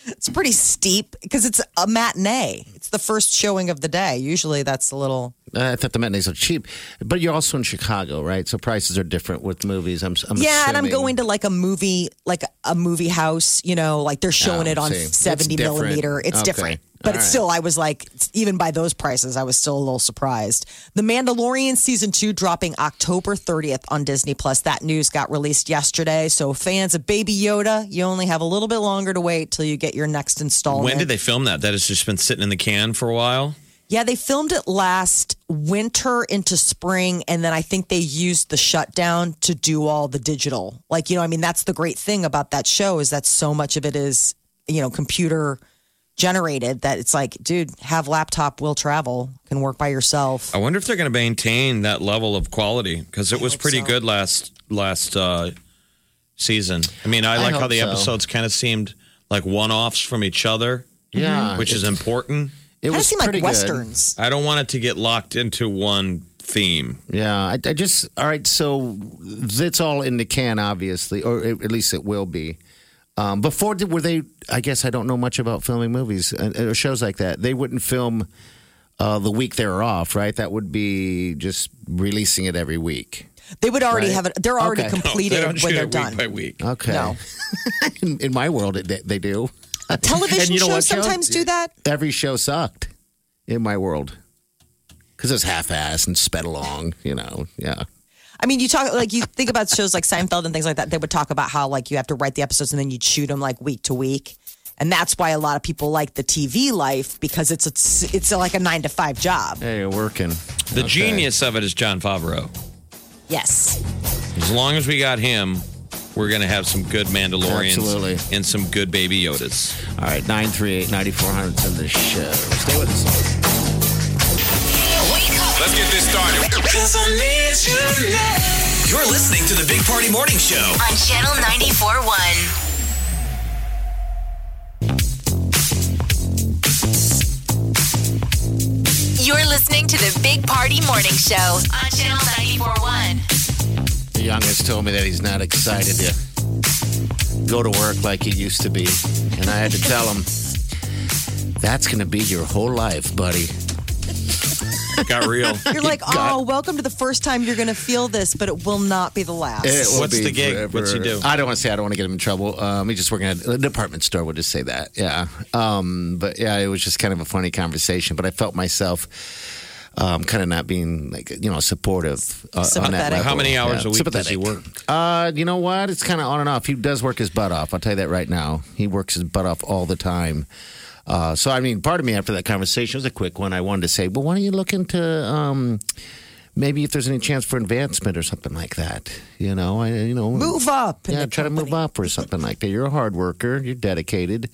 Speaker 4: It's pretty steep because it's a matinee. It's the first showing of the day. Usually that's a little
Speaker 5: Uh, I thought the matinees are cheap, but you're also in Chicago, right? So prices are different with movies. I'm, I'm
Speaker 4: yeah, and I'm
Speaker 5: assuming.
Speaker 4: going to like a movie, like a movie house. You know, like they're showing
Speaker 5: Oh,
Speaker 4: it on
Speaker 5: see. It's
Speaker 4: 70
Speaker 5: different.
Speaker 4: millimeter. It's
Speaker 5: Okay.
Speaker 4: different. But it's still, I was like, even by those prices, I was still a little surprised. The Mandalorian season two dropping October 30th on Disney Plus. That news got released yesterday. So fans of Baby Yoda, you only have a little bit longer to wait till you get your next installment.
Speaker 6: When did they film that? That has just been sitting in the can for a while.
Speaker 4: Yeah, they filmed it last winter into spring, and then I think they used the shutdown to do all the digital. Like, you know, I mean, that's the great thing about that show is that so much of it is, you know, computer generated that it's like, dude, have laptop, will travel, can work by yourself.
Speaker 6: I wonder if they're going to maintain that level of quality because it was pretty good last last uh, season. I mean, I
Speaker 5: I
Speaker 6: like how
Speaker 5: hope
Speaker 6: the
Speaker 5: so.
Speaker 6: episodes kind of seemed like one offs from each other.
Speaker 4: Mm-hmm.
Speaker 5: Yeah.
Speaker 6: which is important.
Speaker 5: It Kinda was seemed like pretty good. westerns.
Speaker 6: I don't want it to get locked into one theme.
Speaker 5: Yeah, I, I just all right. So that's all in the can, obviously, or at at least it will be. Um, before did, were they? I guess I don't know much about filming movies uh, or shows like that. They wouldn't film uh, the week they're off, right? That would be just releasing it every week.
Speaker 4: They would already
Speaker 5: Right.
Speaker 4: have it, they're already
Speaker 5: Okay. Oh,
Speaker 4: completed when they're done.
Speaker 6: week.
Speaker 5: Okay.
Speaker 4: No.
Speaker 5: in, in my world, it, they- they do.
Speaker 4: Television
Speaker 5: And you know
Speaker 4: shows
Speaker 5: what show?
Speaker 4: sometimes do that.
Speaker 5: Every show sucked in my world because it's half-assed and sped along. You know, yeah.
Speaker 4: I mean, you talk like you think about shows like Seinfeld and things like that. They would talk about how like you have to write the episodes and then you'd shoot them like week to week, and that's why a lot of people like the TV life because it's it's, it's like a nine to five job.
Speaker 5: Hey, you're working.
Speaker 6: The genius of it is John Favreau.
Speaker 4: Yes,
Speaker 6: As long as we got him, we're going to have some good Mandalorians
Speaker 5: Absolutely.
Speaker 6: and some good Baby Yodas.
Speaker 5: All right, 938 9400 in the show. Stay with us.
Speaker 2: Let's get this started. You're listening to the Big Party Morning Show.
Speaker 3: On Channel 94.1. You're listening to the Big Party Morning Show. On Channel 94.1.
Speaker 5: The youngest told me that he's not excited to go to work like he used to be. And I had to tell him, that's going to be your whole life, buddy.
Speaker 6: Got real.
Speaker 4: you're like, oh, welcome to the first time you're going to feel this, but it will not be the last.
Speaker 6: What's the gig? What's he do?
Speaker 5: I don't want to say I don't want to get him in trouble. Um, he's just working at a department store. We'll just say that. Yeah. Um, but yeah, it was just kind of a funny conversation. But I felt myself um, kind of not being like you know supportive uh, on that level.
Speaker 6: How many hours
Speaker 5: Yeah.
Speaker 6: a week does he
Speaker 5: Sympathetic.
Speaker 6: work?
Speaker 5: Uh, you know what? It's kind of on and off. He does work his butt off. I'll tell you that right now. He works his butt off all the time. Uh, so I mean, part of me after that conversation it was a quick one. I wanted to say, well, why don't you look into um, maybe if there's any chance for advancement or something like that? You know, I, you know,
Speaker 4: Move up in
Speaker 5: Yeah, try to move up or something like that. You're a hard worker. You're dedicated.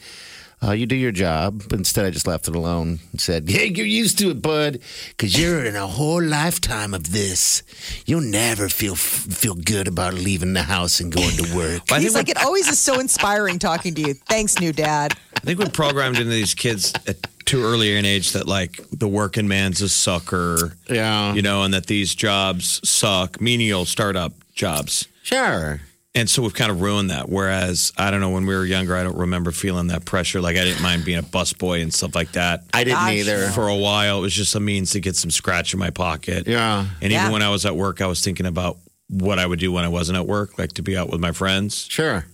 Speaker 5: Uh, you do your job. But instead, I just left it alone and said, "Hey, you're used to it, bud, because you're in a whole lifetime of this. You'll never feel feel good about leaving the house and going to work."
Speaker 4: He's like, it always is so inspiring talking to you. Thanks, new dad.
Speaker 6: I think we're programmed into these kids at too early an age that like the working man's a sucker.
Speaker 5: Yeah.
Speaker 6: You know, and that these jobs suck, menial startup jobs.
Speaker 5: Sure.
Speaker 6: And so we've kind of ruined that. Whereas I don't know, when we were younger, I don't remember feeling that pressure. Like I didn't mind being a busboy and stuff like that.
Speaker 5: I didn't Gosh, either.
Speaker 6: For a while, it was just a means to get some scratch in my pocket.
Speaker 5: Yeah.
Speaker 6: And
Speaker 5: Yeah.
Speaker 6: even when I was at work, I was thinking about what I would do when I wasn't at work, like to be out with my friends.
Speaker 5: Sure.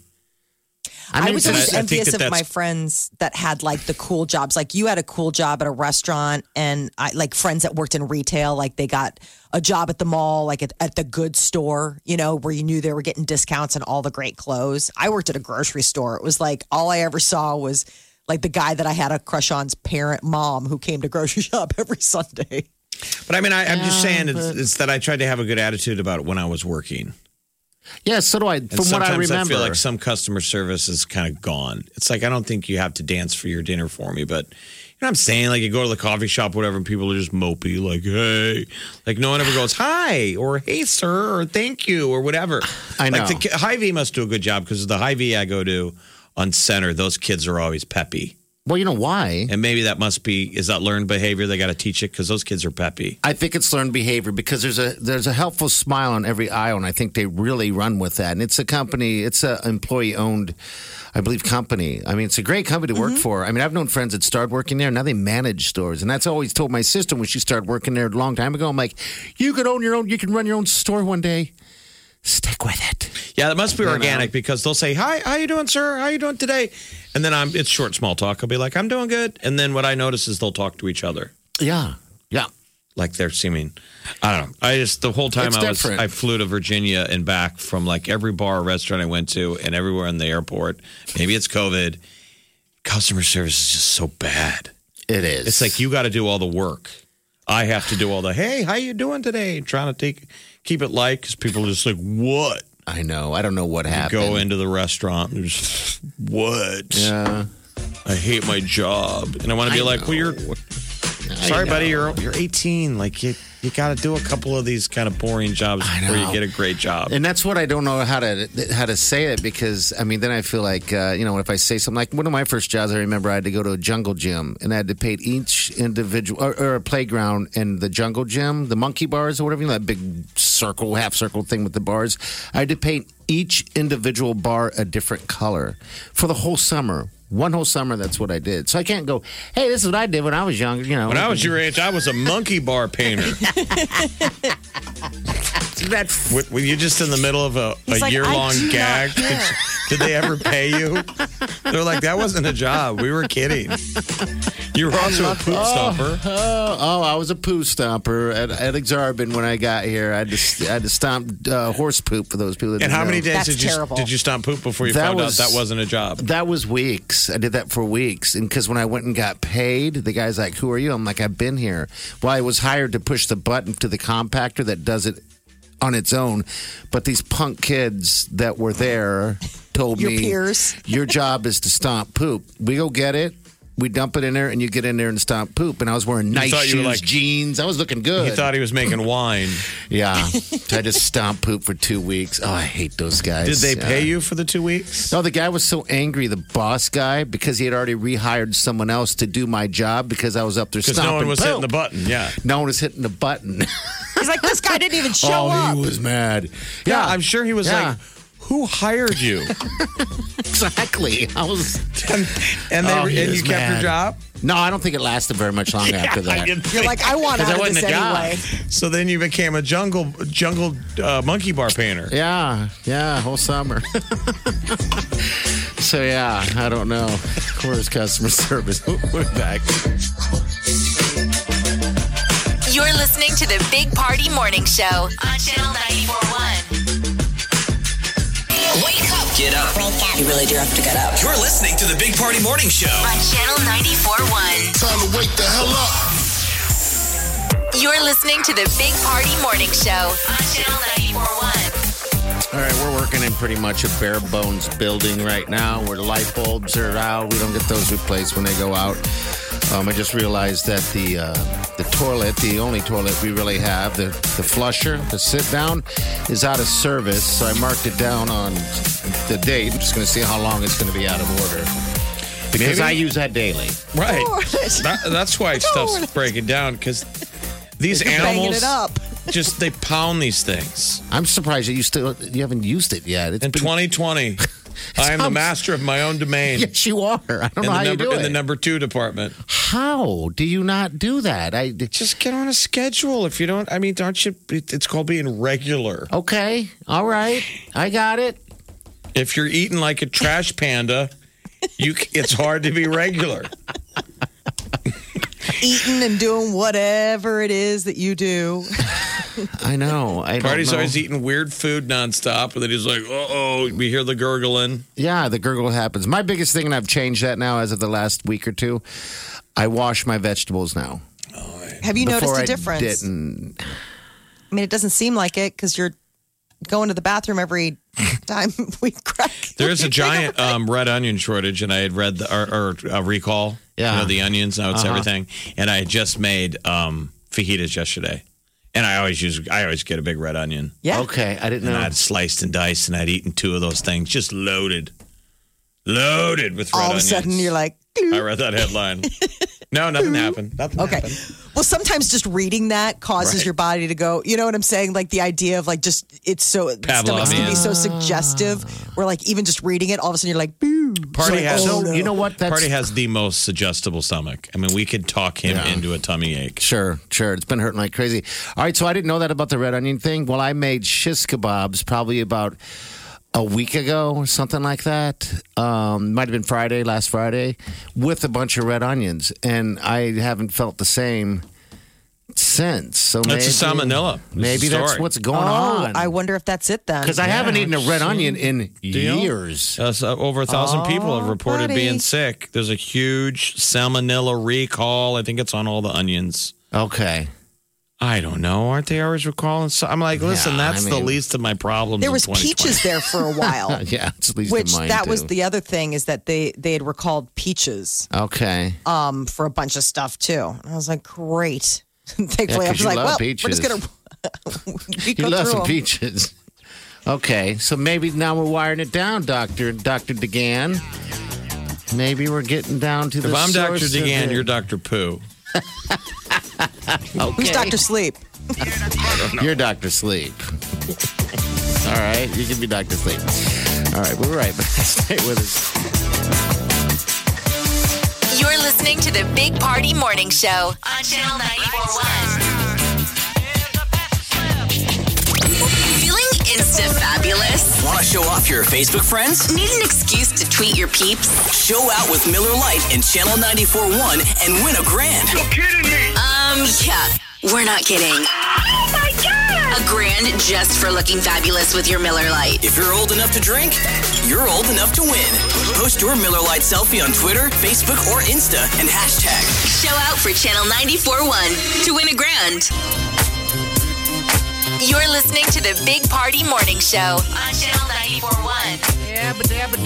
Speaker 4: I, was
Speaker 6: And
Speaker 4: always
Speaker 6: I- I think
Speaker 4: envious
Speaker 6: that
Speaker 4: of my
Speaker 6: that's-
Speaker 4: friends that had like the cool jobs. Like you had a cool job at a restaurant, and I like friends that worked in retail. Like they got a job at the mall, like at, at the good store, you know, where you knew they were getting discounts on all the great clothes. I worked at a grocery store. It was like all I ever saw was like the guy that I had a crush on's parent mom who came to grocery shop every Sunday.
Speaker 6: But I mean, I, I'm just saying it's, it's that I tried to have a good attitude about it when I was working.
Speaker 5: Yeah, so do I.
Speaker 6: And
Speaker 5: From what I
Speaker 6: sometimes
Speaker 5: remember,
Speaker 6: I feel like some customer service is kind of gone. It's like I don't think you have to dance for your dinner for me, but you know what I'm saying? Like you go to the coffee shop, whatever, and people are just mopey, like hey, like no one ever goes hi or hey sir or thank you or whatever.
Speaker 5: I know.
Speaker 6: Like the High V must do a good job because the High V I go to on center, those kids are always peppy,
Speaker 5: well, you know why?
Speaker 6: and maybe that must be is that learned behavior? They got to teach it because those kids are peppy.
Speaker 5: I think it's learned behavior because there's a there's a helpful smile on every aisle, and I think they really run with that. And it's a company, it's a employee owned, I believe, company. I mean, it's a great company to
Speaker 4: Mm-hmm.
Speaker 5: work for. I mean, I've known friends that started working there, now they manage stores, and that's always told my sister when she started working there a long time ago. I'm like, you could own your own, you can run your own store one day. Stick with it.
Speaker 6: Yeah, that must be organic because they'll say, "Hi, how you doing, sir? How you doing today?" And then I'm it's short small talk. I'll be like, I'm doing good. And then what I notice is they'll talk to each other.
Speaker 5: Yeah. Yeah.
Speaker 6: Like they're seeming I don't know. I just the whole time
Speaker 5: It's
Speaker 6: I was
Speaker 5: different.
Speaker 6: I flew to Virginia and back from like every bar or restaurant I went to and everywhere in the airport. Maybe it's COVID. Customer service is just so bad.
Speaker 5: It is.
Speaker 6: It's like you gotta do all the work. I have to do all the hey, how you doing today? Trying to take keep it light because people are just like, What?
Speaker 5: I know. I don't know what happened.
Speaker 6: Go into the restaurant. and There's what?
Speaker 5: Yeah.
Speaker 6: I hate my job, and I want to be
Speaker 5: I
Speaker 6: like, well, you're. Sorry,
Speaker 5: know.
Speaker 6: buddy. You're you're 18. Like you you got to do a couple of these kind of boring jobs before you
Speaker 5: know.
Speaker 6: get a great job.
Speaker 5: And that's what I don't know how to how to say it because I mean then I feel like uh, you know if I say something like one of my first jobs I remember I had to go to a jungle gym and I had to paint each individual or, or a playground and the jungle gym the monkey bars or whatever you know that big circle half circle thing with the bars I had to paint each individual bar a different color for the whole summer one whole summer that's what I did so I can't go hey this is what I did when I was younger you know
Speaker 6: When I was your age, I was a monkey bar painter. Were, were you just in the middle of a,
Speaker 14: He's
Speaker 6: a
Speaker 14: like,
Speaker 6: year long
Speaker 14: "I do not
Speaker 6: gag? Did,
Speaker 14: care."
Speaker 6: did they ever pay you? They're like, that wasn't a job. We were kidding. You were also a poop stomper.
Speaker 5: Oh, oh, oh, I was a poo stomper at, at Exarban when I got here. I had to, I had to stomp uh, horse poop for those people. That
Speaker 6: And
Speaker 5: didn't
Speaker 6: how many
Speaker 5: know.
Speaker 6: days did you did you stomp poop before you
Speaker 5: That
Speaker 6: found
Speaker 5: was-
Speaker 6: out that wasn't a job?
Speaker 5: That was weeks. I did that for weeks, and because when I went and got paid, the guy's like, "Who are you?" I'm like, "I've been here." Well, I was hired to push the button to the compactor that does it on its own, but these punk kids that were there told
Speaker 4: Your
Speaker 5: me,
Speaker 4: peers.
Speaker 5: "Your job is to stomp poop. We go get it." We dump it in there, and you get in there and stomp poop. And I was wearing nice
Speaker 6: thought
Speaker 5: shoes,
Speaker 6: you were like-
Speaker 5: jeans. I was looking good.
Speaker 6: He thought he was making wine.
Speaker 5: Yeah. So I just stomped poop for two weeks. Oh, I hate those guys.
Speaker 6: Did they pay
Speaker 5: Yeah.
Speaker 6: you for the two weeks?
Speaker 5: No, the guy was so angry, the boss guy, because he had already rehired someone else to do my job because I was up there
Speaker 6: Because
Speaker 5: stomping
Speaker 6: no one was hitting the
Speaker 5: poop.
Speaker 6: button. Oh, Yeah.
Speaker 5: No one was hitting the button.
Speaker 4: He's like, this guy didn't even
Speaker 5: oh,
Speaker 4: show up.
Speaker 5: he was mad.
Speaker 6: Yeah, I'm sure he was
Speaker 5: Yeah.
Speaker 6: like, "Who hired you?"
Speaker 5: exactly. I was,
Speaker 6: and they
Speaker 5: Oh,
Speaker 6: were,
Speaker 5: he
Speaker 6: and
Speaker 5: was
Speaker 6: you kept your
Speaker 5: mad.
Speaker 6: job.
Speaker 5: No, I don't think it lasted very much long after
Speaker 6: Yeah, I
Speaker 5: that.
Speaker 6: didn't
Speaker 4: You're
Speaker 6: think-
Speaker 4: like, I want
Speaker 5: 'Cause
Speaker 4: out
Speaker 5: I
Speaker 4: of
Speaker 5: wasn't
Speaker 4: this
Speaker 5: a guy.
Speaker 4: anyway.
Speaker 6: so then you became a jungle jungle uh, monkey bar painter.
Speaker 5: Yeah, yeah, whole summer. so yeah, I don't know. Of course, customer service. We're back.
Speaker 3: You're listening to the Big Party Morning Show on Channel 941. Wake up
Speaker 2: Get up.
Speaker 15: You really do have to get up.
Speaker 2: You're listening to the Big Party Morning Show.
Speaker 3: on Channel 941. Time to wake the hell up. You're listening to the Big Party Morning Show on Channel 941.
Speaker 5: All right, we're working in pretty much a bare bones building right now where the light bulbs are out. We don't get those replaced when they go out. Um, I just realized that the uh, the toilet, the only toilet we really have, the, the flusher, the sit down, is out of service. So I marked it down on the date. I'm just going to see how long it's going to be out of order because
Speaker 6: Maybe-
Speaker 5: I use that daily.
Speaker 6: Right.
Speaker 4: Oh.
Speaker 6: That, that's why stuff's breaking down because these
Speaker 4: You're banging
Speaker 6: animals
Speaker 4: it up.
Speaker 6: just they pound these things.
Speaker 5: I'm surprised that you still you haven't used it yet. It's
Speaker 6: In 2020, I am the
Speaker 5: Sounds-
Speaker 6: master of my own domain.
Speaker 5: Yes, you are. I don't
Speaker 6: in the
Speaker 5: know how
Speaker 6: number
Speaker 5: you do
Speaker 6: in
Speaker 5: it.
Speaker 6: the number two department.
Speaker 5: how do you not do that? I
Speaker 6: Just get on a schedule. If you don't, I mean, aren't you? it- It's called being regular.
Speaker 5: Okay. All right. I got it.
Speaker 6: If you're eating like a trash panda, you c- it's hard to be regular.
Speaker 4: Eating and doing whatever it is that you do.
Speaker 5: I know. I
Speaker 6: Party's
Speaker 5: don't know.
Speaker 6: always eating weird food nonstop, and then he's like, "Uh oh, we hear the gurgling."
Speaker 5: Yeah, the gurgle happens. My biggest thing, and I've changed that now as of the last week or two. I wash my vegetables now.
Speaker 4: Have you noticed
Speaker 5: Before
Speaker 4: a
Speaker 5: I
Speaker 4: difference?
Speaker 5: Didn't.
Speaker 4: I mean, it doesn't seem like it because you're going to the bathroom every time we crack.
Speaker 6: There is a giant um, red onion shortage, and I had read the or, or uh, recall.
Speaker 5: Yeah.
Speaker 6: you know, the onions now it's
Speaker 5: Uh-huh.
Speaker 6: everything. And I had just made um, fajitas yesterday, and I always use I always get a big red onion.
Speaker 4: Yeah.
Speaker 5: Okay, I didn't
Speaker 6: And
Speaker 5: know.
Speaker 6: I'd sliced and diced, and I'd eaten two of those things, just loaded, loaded with red
Speaker 4: All of a
Speaker 6: onions.
Speaker 4: sudden, you're like,
Speaker 6: I read that headline. no, nothing happened. Nothing
Speaker 4: Okay.
Speaker 6: happened.
Speaker 4: Well, sometimes just reading that causes
Speaker 6: Right.
Speaker 4: your body to go. You know what I'm saying? Like the idea of like just it's so the stomachs can be
Speaker 6: Pavlovian.
Speaker 4: so suggestive. Where like even just reading it, all of a sudden you're like, boo.
Speaker 6: Party
Speaker 4: You're like,
Speaker 6: has
Speaker 4: oh,
Speaker 5: So,
Speaker 4: no.
Speaker 5: you know what? That's
Speaker 6: Party has the most suggestible stomach. I mean, we could talk him
Speaker 5: Yeah.
Speaker 6: into a tummy ache.
Speaker 5: Sure, sure. It's been hurting like crazy. All right, so I didn't know that about the red onion thing. Well, I made shish kebabs probably about a week ago, something like that. Um, might have been Friday, last Friday, with a bunch of red onions, and I haven't felt the same since. So
Speaker 6: That's a
Speaker 5: maybe-
Speaker 6: salmonella. It's a
Speaker 5: Maybe that's
Speaker 6: story.
Speaker 5: what's going
Speaker 4: oh,
Speaker 5: on.
Speaker 4: I wonder if that's it then.
Speaker 5: Because I haven't eaten a red onion in
Speaker 6: Deal?
Speaker 5: years.
Speaker 6: Uh, so over a thousand
Speaker 4: Oh,
Speaker 6: people have reported
Speaker 4: buddy.
Speaker 6: being sick. There's a huge salmonella recall. I think it's on all the onions.
Speaker 5: Okay.
Speaker 6: I don't know. Aren't they always recalling? So I'm like, listen,
Speaker 5: Yeah, I
Speaker 6: that's
Speaker 5: mean-
Speaker 6: the least of my problems.
Speaker 4: There
Speaker 6: in
Speaker 4: was
Speaker 6: 2020.
Speaker 4: peaches there for a while.
Speaker 5: yeah, it's at least
Speaker 4: which
Speaker 5: in mine,
Speaker 4: that was
Speaker 5: too.
Speaker 4: the other thing is that they they had recalled peaches
Speaker 5: Okay.
Speaker 4: um for a bunch of stuff too. And I was like, great. Thankfully, I
Speaker 5: 'cause
Speaker 4: was
Speaker 5: you
Speaker 4: like,
Speaker 5: love
Speaker 4: well, we're
Speaker 5: peaches.
Speaker 4: just gonna. we
Speaker 5: You
Speaker 4: go
Speaker 5: love
Speaker 4: through
Speaker 5: some
Speaker 4: 'em.
Speaker 5: peaches. Okay, so maybe now we're wiring it down, Doctor Doctor DeGan. Maybe we're getting down to the.
Speaker 6: If I'm Dr.
Speaker 5: source of
Speaker 6: DeGan,
Speaker 5: it.
Speaker 6: you're Dr. Pooh.
Speaker 4: Who's Doctor Sleep?
Speaker 5: You're Dr. Sleep. All right, you can be Dr. Sleep. All right, we're right back. Stay with us.
Speaker 3: You're listening to the Big Party Morning Show on Channel 941. Feeling insta fabulous?
Speaker 14: Want to show off your Facebook friends?
Speaker 3: Need an excuse to tweet your peeps?
Speaker 14: Show out with Miller Lite and Channel 941 and win a grand.
Speaker 3: You're kidding me! Um, yeah, we're not kidding. Oh my god! A grand just for looking fabulous with your Miller Lite.
Speaker 14: If you're old enough to drink, you're old enough to win. Post your Miller Lite selfie on Twitter, Facebook, or Insta and hashtag.
Speaker 3: Show out for Channel 94.1 to win a grand. You're listening to the Big Party Morning Show on Channel 94.1.
Speaker 5: Yeah, but dabba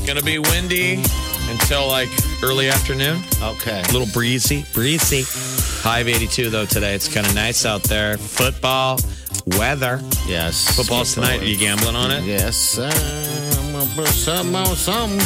Speaker 5: do.
Speaker 6: Gonna be windy until like early afternoon.
Speaker 5: Okay.
Speaker 6: A little breezy. Breezy. High of 82 though today. It's kind of nice out there. Football, weather.
Speaker 5: Yes.
Speaker 6: Football's tonight. Are you gambling on it?
Speaker 5: Yes. Uh, I'm gonna put something on something.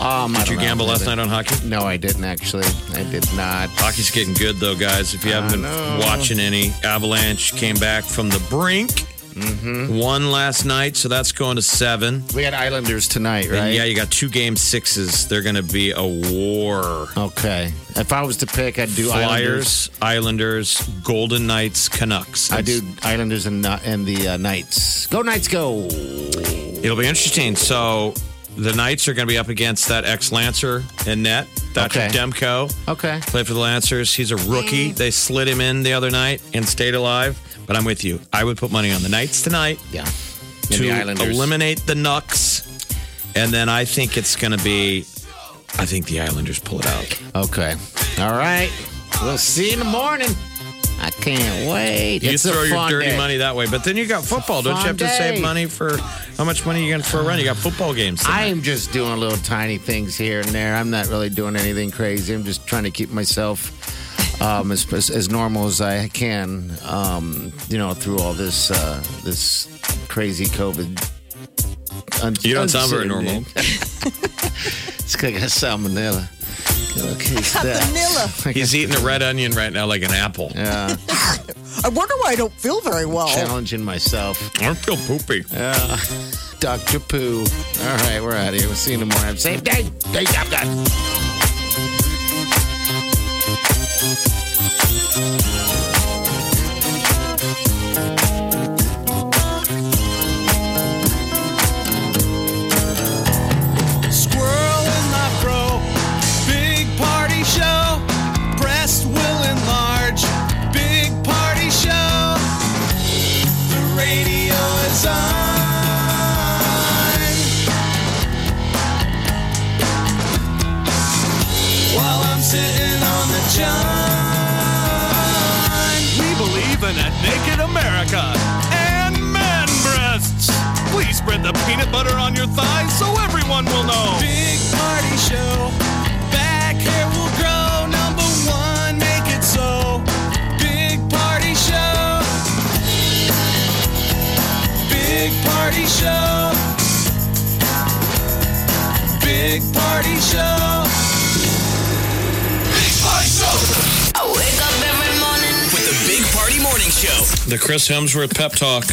Speaker 5: Um,
Speaker 6: Did
Speaker 5: I
Speaker 6: you
Speaker 5: don't know.
Speaker 6: gamble last night on hockey?
Speaker 5: No, I didn't actually. I did not.
Speaker 6: Hockey's getting good though, guys. If you haven't been
Speaker 5: know.
Speaker 6: watching any, Avalanche came back from the brink. Mm-hmm. Won last night, so that's going to seven.
Speaker 5: We had Islanders tonight, right?
Speaker 6: And yeah, you got two game sixes. They're going to be a war.
Speaker 5: Okay. If I was to pick, I'd do Islanders.
Speaker 6: Flyers, Islanders, Golden Knights, Canucks.
Speaker 5: I do Islanders and not and the uh, Knights. Go Knights, go!
Speaker 6: It'll be interesting. So the Knights are going to be up against that ex Lancer in net, Thatcher
Speaker 5: Okay.
Speaker 6: Demko.
Speaker 5: Okay.
Speaker 6: Played for the Lancers. He's a rookie. They slid him in the other night and stayed alive. But I'm with you. I would put money on the Knights tonight
Speaker 5: Yeah.
Speaker 6: to eliminate the Nucks. And then I think it's going to be, I think the Islanders pull it out.
Speaker 5: Okay. All right. We'll see you in the morning. I can't wait.
Speaker 6: You
Speaker 5: It's a
Speaker 6: throw your
Speaker 5: fun
Speaker 6: dirty
Speaker 5: day.
Speaker 6: money that way. But then you got football. Don't you
Speaker 5: Fun
Speaker 6: have to
Speaker 5: day.
Speaker 6: save money for how much money you going for a run? You got football games.
Speaker 5: I am just doing little tiny things here and there. I'm not really doing anything crazy. I'm just trying to keep myself um, as, as as normal as I can. Um, you know, through all this uh, this crazy COVID. un-
Speaker 6: You don't sound very
Speaker 5: uncertainty.
Speaker 6: normal.
Speaker 5: It's 'cause I got salmonella. Okay,
Speaker 4: Salmonella.
Speaker 6: He's eating a red onion right now like an apple.
Speaker 5: Yeah,
Speaker 4: I wonder why I don't feel very well.
Speaker 5: challenging myself.
Speaker 6: I feel poopy.
Speaker 5: Yeah. Dr. Poo. All right, we're out of here. We'll see you in the morning. Same day. Day job done.
Speaker 16: Squirrel in my fro. Big party show. Breast will enlarge. Big party show. The radio is on. While I'm sitting on the john. We believe in a naked America and man breasts. Please spread the peanut butter on your thighs so everyone will know. Big party show. Back hair will grow. Number one, make it so. Big party show. Big party show. Big party show. Big party show.
Speaker 14: I wake up every morning with the Big Party Morning Show. Show.
Speaker 6: The Chris Hemsworth pep talk.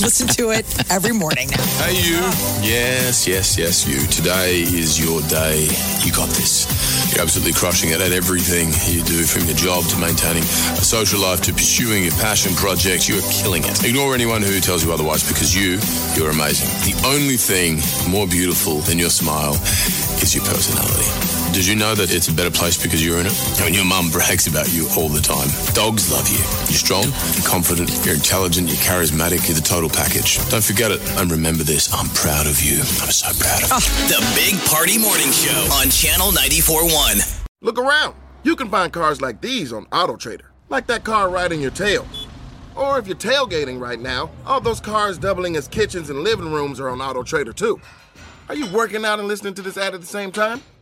Speaker 4: Listen to it every morning now.
Speaker 17: Hey, you. Yes, yes, yes, you. Today is your day. You got this. You're absolutely crushing it at everything you do, from your job to maintaining a social life to pursuing your passion projects. You're killing it. Ignore anyone who tells you otherwise because you, you're amazing. The only thing more beautiful than your smile is your personality. Did you know that it's a better place because you're in it? I mean, your mum brags about you all the time. Dogs love you. You're strong, you're confident, you're intelligent, you're charismatic, you're the total package. Don't forget it and remember this. I'm proud of you. I'm so proud
Speaker 8: Ah.
Speaker 17: of you.
Speaker 14: The Big Party Morning Show on Channel 94.1.
Speaker 18: Look around. You can find cars like these on AutoTrader, like that car riding your tail. Or if you're tailgating right now, all those cars doubling as kitchens and living rooms are on AutoTrader too. Are you working out and listening to this ad at the same time?